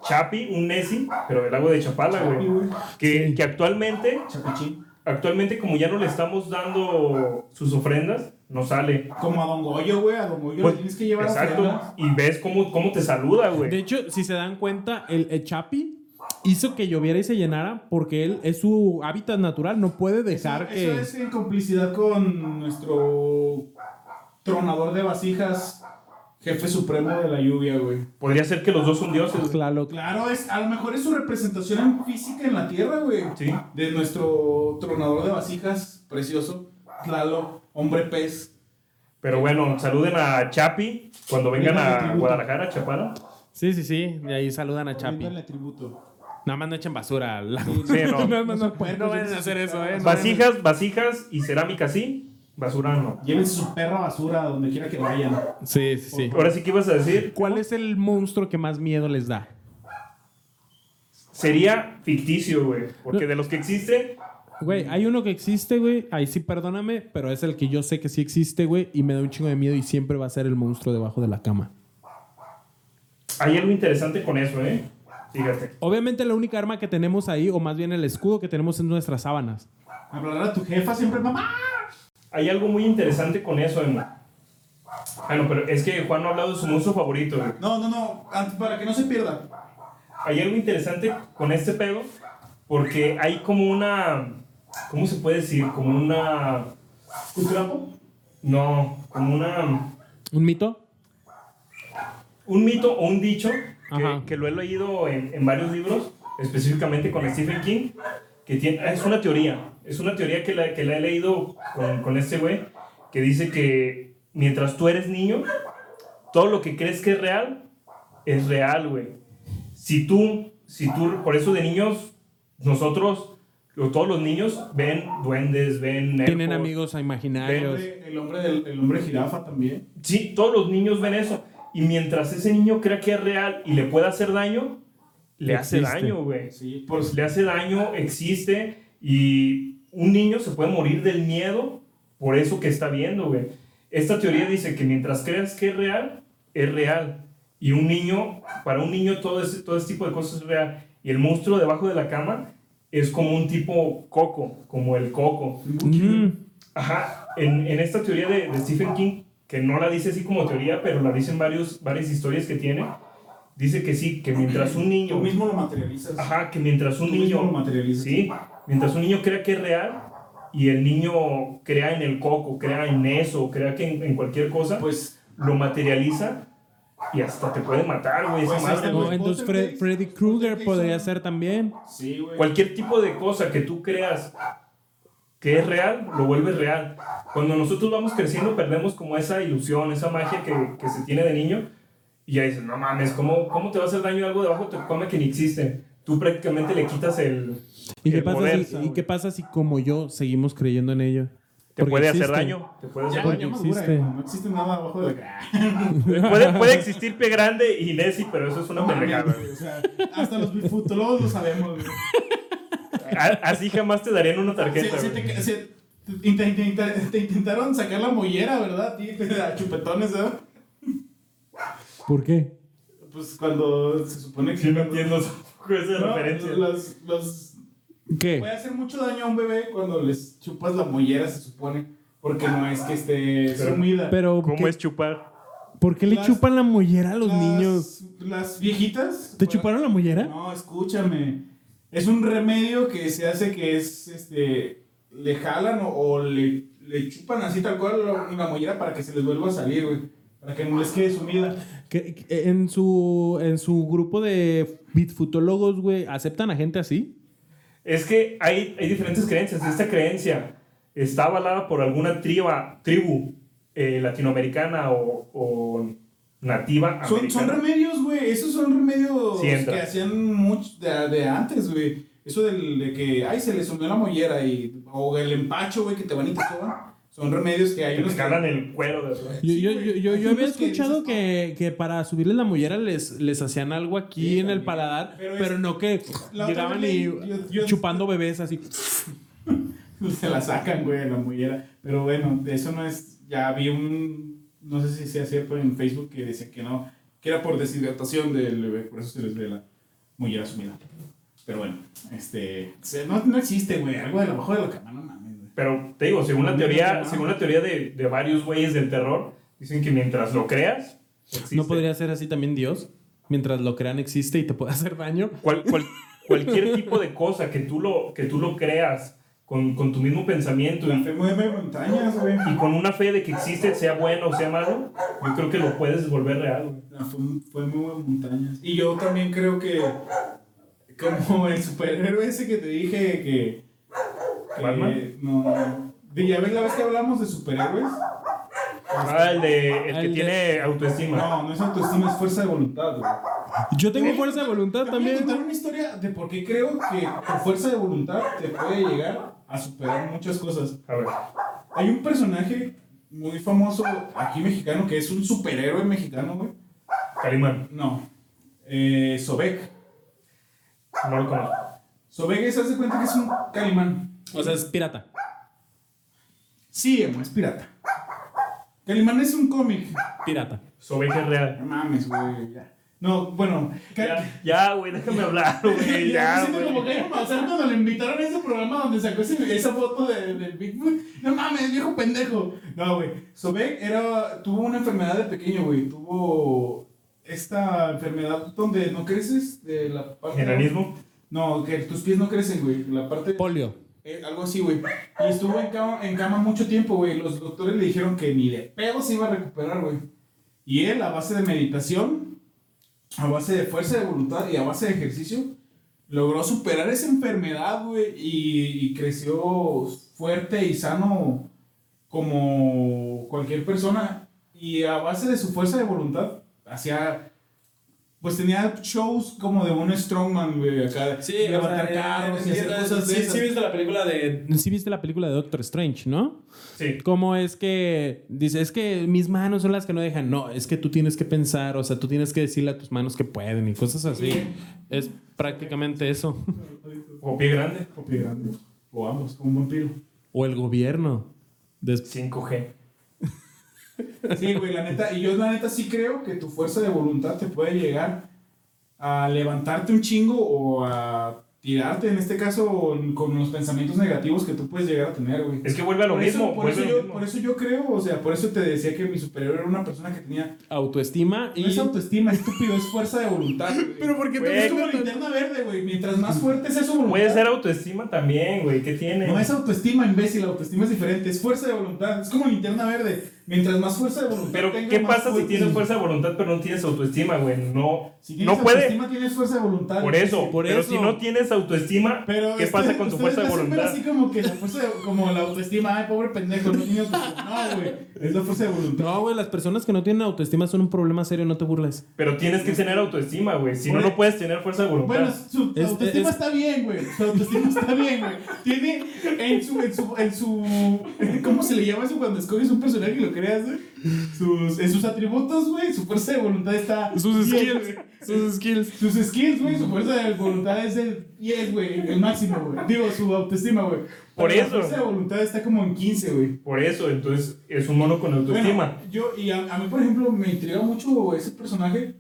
S1: Chapi, un Nessie, pero del lago de Chapala,
S2: Chapi,
S1: güey.
S2: güey.
S1: Que, que actualmente
S2: Chapichín.
S1: Actualmente, como ya no le estamos dando sus ofrendas, no sale.
S2: Como a Don Goyo, güey. A Don Goyo
S1: Pues,
S2: le tienes que llevar
S1: Exacto.
S2: a
S1: Y ves cómo, cómo te saluda,
S3: De
S1: güey.
S3: hecho, si se dan cuenta, el, el Chapi hizo que lloviera y se llenara porque él es su hábitat natural. No puede dejar
S2: Eso,
S3: que.
S2: eso es en complicidad con nuestro tronador de vasijas, jefe supremo de la lluvia, güey.
S1: Podría ser que los dos son dioses. güey.
S3: Ah, Claro.
S2: Claro, es, a lo mejor es su representación en física en la tierra, güey.
S1: Sí.
S2: De nuestro tronador de vasijas, precioso. Tlaloc, hombre pez.
S1: Pero bueno, saluden a Chapi cuando vengan a Guadalajara, Chapala.
S3: Sí, sí, sí. Y ahí saludan a Chapi.
S2: Rindándole tributo.
S3: Nada más no echen basura al lago.
S1: Sí, no.
S3: no, no, no,
S2: puercos,
S3: no vayan
S2: llévense
S3: a hacer
S2: su
S3: eso,
S2: perra
S3: eh. no vayan
S1: Vasijas, vasijas y cerámica sí, basura no.
S2: Llévense su perra basura a donde quiera que vayan.
S3: a- Sí, sí, sí.
S1: Ahora sí, ¿qué ibas a decir?
S3: ¿Cuál es el monstruo que más miedo les da?
S1: Sería ficticio, güey. Porque de los que existen,
S3: Güey, hay uno que existe, güey. Ahí sí, perdóname, pero es el que yo sé que sí existe, güey. Y me da un chingo de miedo y siempre va a ser el monstruo debajo de la cama.
S1: hay algo interesante con eso, ¿eh? Fíjate.
S3: Obviamente la única arma que tenemos ahí, o más bien el escudo que tenemos, es nuestras sábanas.
S2: Hablar a tu jefa siempre, mamá.
S1: Hay algo muy interesante con eso, Emo. Bueno, pero es que Juan no ha hablado de su monstruo favorito, güey.
S2: No, no, no. antes- Para que no se pierda.
S1: hay algo interesante con este pedo porque hay como una ¿cómo se puede decir? como una
S2: ¿Cultura pop?
S1: no, como una
S3: ¿Un mito?
S1: un mito o un dicho que,
S3: Ajá.
S1: que lo he leído en, en varios libros específicamente con Stephen King que tiene, es una teoría es una teoría que la, que la he leído con, con este güey que dice que mientras tú eres niño todo lo que crees que es real es real, güey. Si tú, si tú, por eso de niños, nosotros o todos los niños ven duendes, ven...
S3: Tienen
S1: elfos.
S3: amigos
S2: El
S3: imaginarios.
S2: hombre, el hombre del- el hombre jirafa también.
S1: Sí, todos los niños ven eso. Y mientras ese niño crea que es real y le puede hacer daño, le hace
S3: Existe.
S1: daño, güey.
S2: Sí, por-
S1: Por- le hace daño, existe y un niño se puede morir del miedo por eso que está viendo, güey. Esta teoría dice que mientras creas que es real, es real. Y un niño, para un niño todo ese, todo ese tipo de cosas es real. Y el monstruo debajo de la cama es como un tipo coco, como el coco.
S3: Mm.
S1: Ajá, en, en esta teoría de, de Stephen King, que no la dice así como teoría, pero la dicen varios, varias historias que tiene, dice que sí, que mientras un
S2: Tú
S1: niño...
S2: mismo lo materializas.
S1: Ajá, que mientras un
S2: Tú mismo lo
S1: niño...
S2: materializas.
S1: Sí, mientras un niño crea que es real y el niño crea en el coco, crea en eso, crea que en, en cualquier cosa, pues
S2: Pues
S1: lo materializa y hasta te puede matar, güey. esa
S2: Pues,
S1: madre,
S2: este,
S1: güey.
S3: O entonces Fre-
S2: Poltergeist,
S3: Freddy Krueger
S2: Poltergeist
S3: podría
S2: son-
S3: ser también.
S2: sí, güey.
S1: Cualquier tipo de cosa que tú creas que es real, lo vuelves real. Cuando nosotros vamos creciendo, perdemos como esa ilusión, esa magia que, que se tiene de niño. Y ya dices, no mames, ¿cómo, ¿cómo te va a hacer daño algo debajo de tu cama que ni existe? Tú prácticamente le quitas el...
S3: ¿Y qué,
S1: el
S3: pasa
S1: poder.
S3: si, y qué pasa si, como yo, seguimos creyendo en ello?
S1: Te
S3: Porque
S1: puede hacer
S3: existe.
S1: daño. Te puede hacer
S2: Ya,
S1: daño.
S3: Porque
S2: ya madura,
S3: existe.
S2: güey, No existe nada abajo de la
S1: Puede, puede existir pie grande y Nessie, pero eso es una
S2: No mames,
S1: pendejada. güey.
S2: güey, o sea, hasta los bifutólogos lo sabemos, güey.
S1: A- Así jamás te darían una
S2: Se-
S1: tarjeta.
S2: se
S1: güey.
S2: te, se- te inte- te inte- te intentaron sacar la mollera, ¿verdad? A ti, te- a chupetones, ¿verdad?
S3: ¿Por qué?
S2: Pues cuando se supone que.
S1: Sí, no entiendo tampoco esa
S2: No,
S1: referencia.
S2: los- los-
S3: ¿Qué?
S2: puede hacer mucho daño a un bebé cuando les chupas la mollera, se supone. Porque no es que esté
S1: Pero-
S2: sumida.
S3: Pero,
S1: ¿Cómo
S3: ¿qué-
S1: es chupar?
S3: ¿por qué le
S2: las-
S3: chupan la mollera a los
S2: Las-
S3: niños?
S2: Las viejitas.
S3: ¿Te
S2: bueno,
S3: chuparon la
S1: ¿Eh?
S3: mollera?
S2: No, escúchame. Es un remedio que se hace que es, este, le jalan o, o le, le chupan así tal cual la, la mollera para que se les vuelva a salir, güey. Para que no les quede sumida.
S3: Que- que- En su, en su grupo de bitfutólogos, güey, ¿aceptan a gente así?
S1: Es que hay, hay diferentes creencias. Esta creencia está avalada por alguna triba, tribu eh, latinoamericana o, o nativa
S2: Son, son
S1: americana.
S2: remedios, güey. Esos son remedios
S1: Sí, entra.
S2: que hacían mucho de, de antes, güey. Eso del, de que, ay, se le sumió la mollera y, o el empacho, güey, que te van y te soban. Son remedios que hay
S1: Que
S2: unos
S1: te
S2: que-
S1: jalan el cuero. de atrás.
S3: Yo,
S2: Sí,
S3: yo,
S2: güey.
S3: yo, yo, yo
S2: Hay
S3: había
S2: unos que
S3: escuchado
S2: dices,
S3: que, que para subirles la mollera les, les hacían algo aquí
S2: Sí,
S3: en el
S2: también.
S3: paladar, pero,
S2: Pero es-
S3: no que
S2: La otra
S3: llegaban
S2: vez
S3: y
S2: yo- yo-
S3: chupando bebés así.
S2: Se la sacan, güey, la mollera. Pero bueno, de eso no es. Ya vi un. No sé si sea cierto en Facebook que decía que no. Que era por deshidratación del bebé, por eso se les ve la mollera sumida. Pero bueno, este. se- No, no existe, güey. Algo de abajo de la cama, no mames, güey.
S1: Pero te digo, según la
S2: No,
S1: teoría,
S2: no.
S1: según la teoría de, de varios güeyes del terror, dicen que mientras lo creas, existe.
S3: ¿No podría ser así también Dios? Mientras lo crean existe y te puede hacer daño.
S1: Cual- cual- cualquier tipo de cosa que tú lo, que tú lo creas con, con tu mismo pensamiento
S2: La
S1: y,
S2: fe mueve montañas, güey.
S1: y con una fe de que existe, sea bueno o sea malo, yo creo que lo puedes volver real. güey.
S2: La fe, fue mueve montañas. Y yo también creo que. Como el superhéroe ese que te dije que. que
S1: ¿Batman?
S2: No, no. De- Ya ves la vez que hablamos de superhéroes.
S1: Ah, el, de, el que
S3: El de-
S1: tiene autoestima.
S2: No, no es autoestima, es fuerza de voluntad, güey.
S3: Yo tengo fuerza de voluntad
S2: Te Voy a
S3: también.
S2: contar una historia de por qué creo que tu fuerza de voluntad te puede llegar a superar muchas cosas.
S1: A ver,
S2: Hay un personaje muy famoso aquí mexicano que es un superhéroe mexicano, güey.
S1: Calimán,
S2: No, eh, Sobek.
S1: no lo conozco.
S2: Sobek es, haz de cuenta que es un calimán.
S3: O sea, es pirata.
S2: Sí, emo, es pirata. Calimán es un cómic.
S3: Pirata.
S1: Sobe que es real.
S2: No mames, güey, ya. No, bueno. Cal-
S1: Ya, ya, güey, déjame hablar, güey.
S2: Ya,
S1: Ya,
S2: me siento como
S1: güey.
S2: que iba a pasar cuando le invitaron a ese programa donde sacó ese- esa foto de- del Bigfoot. No mames, viejo pendejo. No, güey. Sobek era, tuvo una enfermedad de pequeño, güey. Tuvo esta enfermedad donde no creces de la parte...
S1: Enanismo.
S2: No, que tus pies no crecen, güey. La parte...
S3: Polio.
S2: eh, algo así, güey. Y estuvo en cama, en cama mucho tiempo, güey. Los doctores le dijeron que ni de pedo se iba a recuperar, güey. Y él, a base de meditación, a base de fuerza de voluntad y a base de ejercicio, logró superar esa enfermedad, güey. Y, y creció fuerte y sano como cualquier persona. Y a base de su fuerza de voluntad, hacía pues tenía shows como de un strongman, güey, acá.
S4: Sí,
S2: de
S4: o sea,
S2: levantar
S4: eh,
S2: carros y
S4: sí,
S2: hacer cosas de
S4: sí,
S2: esas.
S4: sí viste la película de
S3: Sí viste la película de Doctor Strange, ¿no?
S1: Sí.
S3: ¿Cómo es que dice, es que mis manos son las que no dejan? No, es que tú tienes que pensar, o sea, tú tienes que decirle a tus manos que pueden y cosas así. Es prácticamente eso.
S1: O pie grande.
S2: O pie grande. O ambos, como un vampiro.
S3: O el gobierno. Des-
S1: 5G.
S2: Sí, güey, la neta. Y yo, la neta, sí creo que tu fuerza de voluntad te puede llegar a levantarte un chingo o a tirarte, en este caso, con los pensamientos negativos que tú puedes llegar a tener, güey.
S1: Es que vuelve a lo
S2: por
S1: mismo.
S2: Eso, por,
S1: vuelve
S2: eso
S1: a lo
S2: yo,
S1: mismo.
S2: por eso yo creo, o sea, por eso te decía que mi superior era una persona que tenía.
S3: Autoestima y...
S2: No es autoestima, estúpido, es fuerza de voluntad. güey.
S3: Pero porque
S1: Güey,
S2: Güey, es
S3: también
S2: como linterna verde, güey. Mientras más fuerte sea su voluntad.
S1: Puede ser autoestima también, güey. ¿Qué tiene?
S2: No es autoestima, imbécil. Autoestima es diferente. Es fuerza de voluntad. Es como linterna verde. Mientras más fuerza de voluntad.
S1: Pero,
S2: tenga,
S1: ¿qué
S2: más
S1: pasa si
S2: fuerte-
S1: tienes fuerza de voluntad pero no tienes autoestima, güey? No,
S2: Si tienes
S1: no puede.
S2: autoestima, tienes fuerza de voluntad.
S1: Por eso,
S3: Por
S1: pero
S3: eso.
S1: si no tienes autoestima,
S2: Pero
S1: ¿qué
S2: es
S1: pasa
S2: que
S1: con tu
S2: ustedes
S1: fuerza de
S2: la siempre
S1: voluntad?
S2: Así como que la fuerza de- como la autoestima. Ay, pobre pendejo. No tiene autoestima. No, güey. Es la fuerza de voluntad.
S3: No, güey, las personas que no tienen autoestima son un problema serio, no te burles.
S1: Pero tienes que tener autoestima, güey. Si no,
S2: Por- e-
S1: no puedes tener fuerza de voluntad.
S2: Bueno, su
S3: Es-
S2: autoestima
S3: es-
S2: está bien, güey. Su autoestima está bien, güey. Tiene en su, en su, en su. ¿Cómo se le llama eso cuando escoges un personaje y lo creas, güey? Sus, en sus atributos, güey. Su fuerza de voluntad está. bien, güey.
S3: sus skills.
S2: Sus skills, güey. Su fuerza de voluntad es el 10, güey. El máximo, güey. Digo, su autoestima, güey.
S1: Por
S2: Pero
S1: eso.
S2: La fuerza de voluntad está como en 15, güey.
S1: Por eso, entonces es un mono con autoestima.
S2: Bueno, yo, y a, a mí, por ejemplo, me intriga mucho ese personaje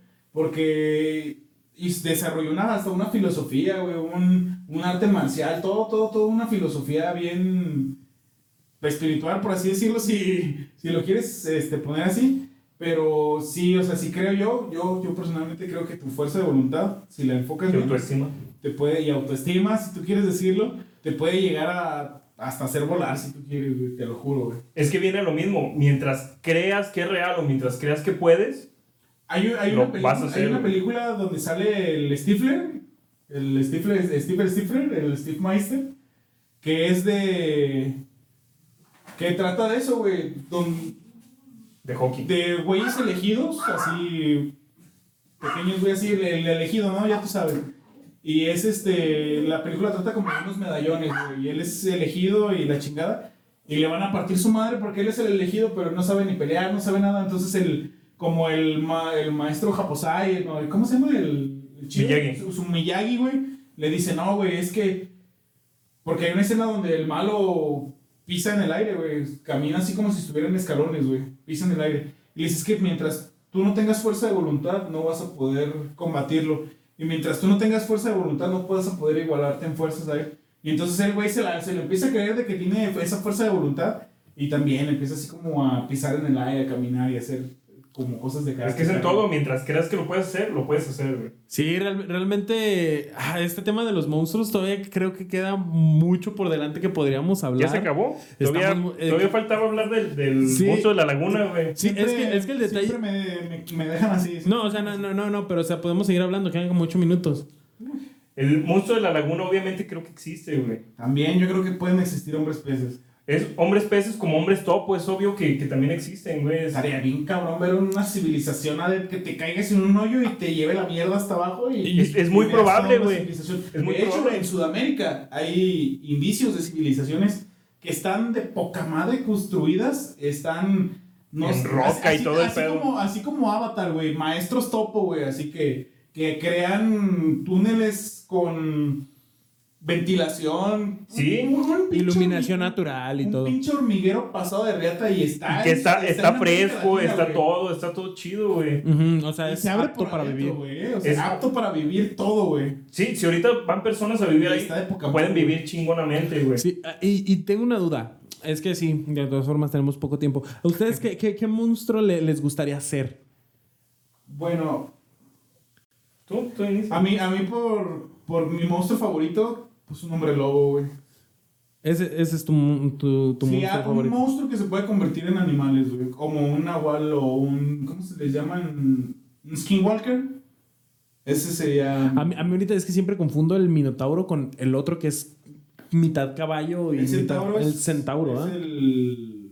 S2: porque y s- desarrolló una, hasta una filosofía, güey, un, un arte marcial, todo, todo, todo, una filosofía bien espiritual, por así decirlo, si, si lo quieres este, poner así. Pero sí, o sea, sí creo yo, yo, yo personalmente creo que tu fuerza de voluntad, si la enfocas
S1: Que
S2: bien,
S1: autoestima.
S2: te puede, y autoestima, si tú quieres decirlo, te puede llegar a hasta hacer volar, si tú quieres, güey, te lo juro, güey.
S1: Es que viene lo mismo. Mientras creas que es real o mientras creas que puedes,
S2: Hay, hay
S1: Lo
S2: una película,
S1: vas a hacer,
S2: hay una
S1: güey.
S2: película donde sale el Stifler, el Stifler, Steve Stifler, el Steve Meister, que es de... que trata de eso, güey, don-
S1: de hockey.
S2: de güeyes elegidos, así, pequeños, güey, así, el, el elegido, ¿no? Ya tú sabes. Y es este, la película trata como de unos medallones, güey, y él es elegido y la chingada, y le van a partir su madre porque él es el elegido, pero no sabe ni pelear, no sabe nada, entonces el, como el, ma- el maestro Japosai, ¿no? ¿cómo se llama? El, el chido,
S1: Miyagi.
S2: Su, su Miyagi, güey, le dice, no, güey, es que, porque hay una escena donde el malo pisa en el aire, güey, camina así como si estuviera en escalones, güey, pisa en el aire, y le dice, es que mientras tú no tengas fuerza de voluntad, no vas a poder combatirlo. Y mientras tú no tengas fuerza de voluntad, no puedas a poder igualarte en fuerzas a él. Y entonces el güey se, la- se le empieza a creer de que tiene esa fuerza de voluntad y también empieza así como a pisar en el aire, a caminar y a hacer como cosas de cara.
S1: Es que es en todo. Mientras creas que lo puedes hacer, lo puedes hacer, güey.
S3: Sí, real- realmente ah, este tema de los monstruos todavía creo que queda mucho por delante que podríamos hablar.
S1: Ya se acabó.
S3: Estamos
S1: Todavía,
S3: mu- eh,
S1: todavía faltaba hablar del, del
S3: Sí.
S1: monstruo de la laguna, güey.
S3: Sí, es que, es que el detalle...
S2: Siempre me, me- me dejan así.
S3: No, o sea, no, no, no, no, pero o sea, podemos seguir hablando, quedan como ocho minutos.
S1: El monstruo de la laguna obviamente creo que existe, güey.
S2: También yo creo que pueden existir hombres peces.
S1: Es hombres peces como hombres topo, es obvio que, que también existen, güey. Es-
S2: pues, Estaría bien cabrón ver una civilización a de- que te caigas en un hoyo y te lleve la mierda hasta abajo. Y,
S1: Es- es muy
S2: y veas
S1: probable,
S2: una
S1: güey.
S2: civilización.
S1: Es muy
S2: de hecho,
S1: probable.
S2: en Sudamérica hay indicios de civilizaciones que están de poca madre construidas, están...
S1: En
S2: sé,
S1: roca y todo el
S2: así
S1: pedo.
S2: Como, así como Avatar, güey, maestros topo, güey, así que, que crean túneles con ventilación.
S1: Sí.
S2: un- un- un pinche
S3: Iluminación
S2: hormi-
S3: natural y
S2: un
S3: todo.
S2: pinche hormiguero pasado de reata y está...
S1: y que está,
S2: en-
S1: está
S2: en América
S1: fresco,
S2: Latina,
S1: está
S2: güey.
S1: todo, está todo chido, güey.
S3: Ujú, o sea,
S2: Y
S3: es
S2: se abre
S3: apto
S2: por
S3: para
S2: adentro,
S3: vivir.
S2: güey, o sea,
S1: Es-
S2: es apto para vivir todo, güey.
S1: Sí, si ahorita van personas a vivir ahí,
S2: Está de poca
S1: pueden
S2: madre,
S1: vivir chingonamente, güey.
S3: Sí, ah, y, y tengo una duda. Es que sí, de todas formas tenemos poco tiempo. ¿A ustedes qué, qué, qué monstruo le- les gustaría ser?
S2: Bueno,
S1: Tú, tú inicia.
S2: a mí, a mí por, por mi monstruo favorito, pues un hombre lobo, güey.
S3: Ese, ese es tu, mon- tu, tu
S2: Sí,
S3: monstruo
S2: ah,
S3: favorito.
S2: un monstruo que se puede convertir en animales, güey. Como un nahual o un... ¿Cómo se les llaman? ¿Un skinwalker? Ese sería...
S3: A mí, a mí ahorita es que siempre confundo el minotauro con el otro que es mitad caballo y
S2: el
S3: mitad-
S2: centauro es...
S3: el centauro,
S2: es
S3: ¿ah?
S2: el...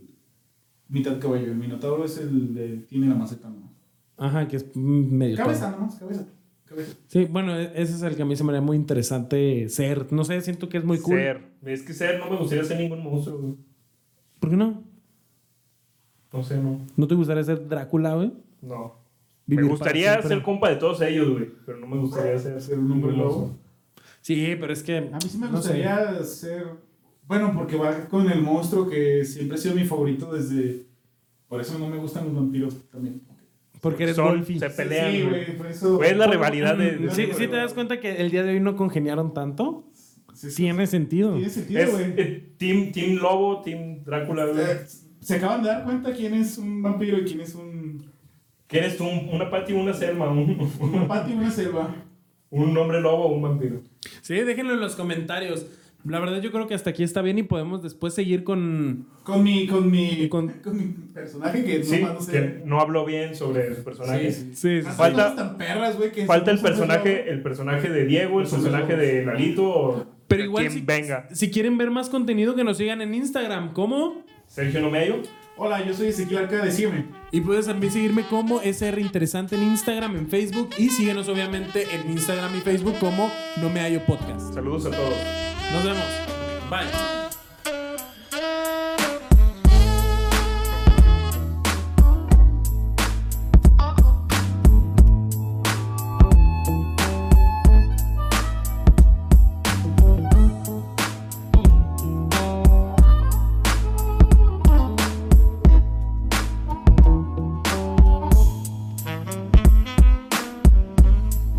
S2: Mitad caballo. El minotauro es el de... Tiene la maceta, ¿no?
S3: Ajá, que es mm, medio.
S2: Cabeza
S3: todo.
S2: nomás, cabeza. cabeza.
S3: Sí, bueno, e- ese es el que a mí se me haría muy interesante ser. No sé, siento que es muy cool.
S1: Ser. Es que ser no me gustaría ser ningún monstruo, güey.
S3: ¿Por qué no?
S1: No sé, no.
S3: ¿No te gustaría ser Drácula, güey?
S1: No.
S3: Vivir
S1: me
S3: para
S1: gustaría
S3: siempre.
S1: ser compa de todos ellos, güey. Pero no me gustaría ser,
S2: Ser un hombre
S1: ningún
S2: lobo.
S1: monstruo.
S3: Sí, pero es que.
S2: A mí sí me
S3: no sé.
S2: gustaría ser. Bueno, porque va con el monstruo que siempre ha sido mi favorito desde. Por eso no me gustan los vampiros también.
S3: Porque eres
S1: Son-
S3: Wolfie.
S1: se pelean,
S2: Sí,
S1: güey.
S2: güey, por eso.
S1: Güey, es la rivalidad de...
S2: no,
S3: Sí,
S2: no,
S3: sí,
S2: no,
S3: te
S2: no.
S3: das cuenta que el día de hoy no congeniaron tanto.
S2: Sí, sí.
S3: Tiene sentido.
S2: Tiene sentido,
S1: Es,
S2: güey.
S1: eh, team, team Lobo, Team Drácula, güey.
S2: Eh, Se acaban de dar cuenta quién es un vampiro y quién es un.
S1: ¿Qué eres tú? Un- ¿Una Patty, una Selma? Un,
S2: Un patio y una selva.
S1: ¿Un hombre lobo o un vampiro?
S3: Sí, déjenlo en los comentarios. La verdad, yo creo que hasta aquí está bien y podemos después seguir con.
S2: Con mi. Con mi.
S3: Con-
S2: Con, mi personaje que
S1: Sí,
S2: nomás no
S1: que
S2: sé.
S1: no habló bien sobre su personaje.
S2: Sí,
S3: Sí, sí,
S2: Las
S3: sí.
S1: Falta-
S2: cosas tan perras, güey, que
S1: Falta el
S2: somos un
S1: personaje, el personaje de Diego, el
S2: Los hombres
S1: personaje de Lalito o
S3: Pero igual.
S1: quien
S3: si,
S1: venga.
S3: si quieren ver más contenido, que nos sigan en Instagram. ¿Cómo?
S1: Sergio Nomeyo.
S2: Hola, yo soy Ezequiel Arcade, sígueme.
S3: Y puedes también seguirme como SR Interesante en Instagram, en Facebook. Y síguenos, obviamente, en Instagram y Facebook como No Me Hallo Podcast.
S1: Saludos a todos.
S3: Nos vemos. Bye.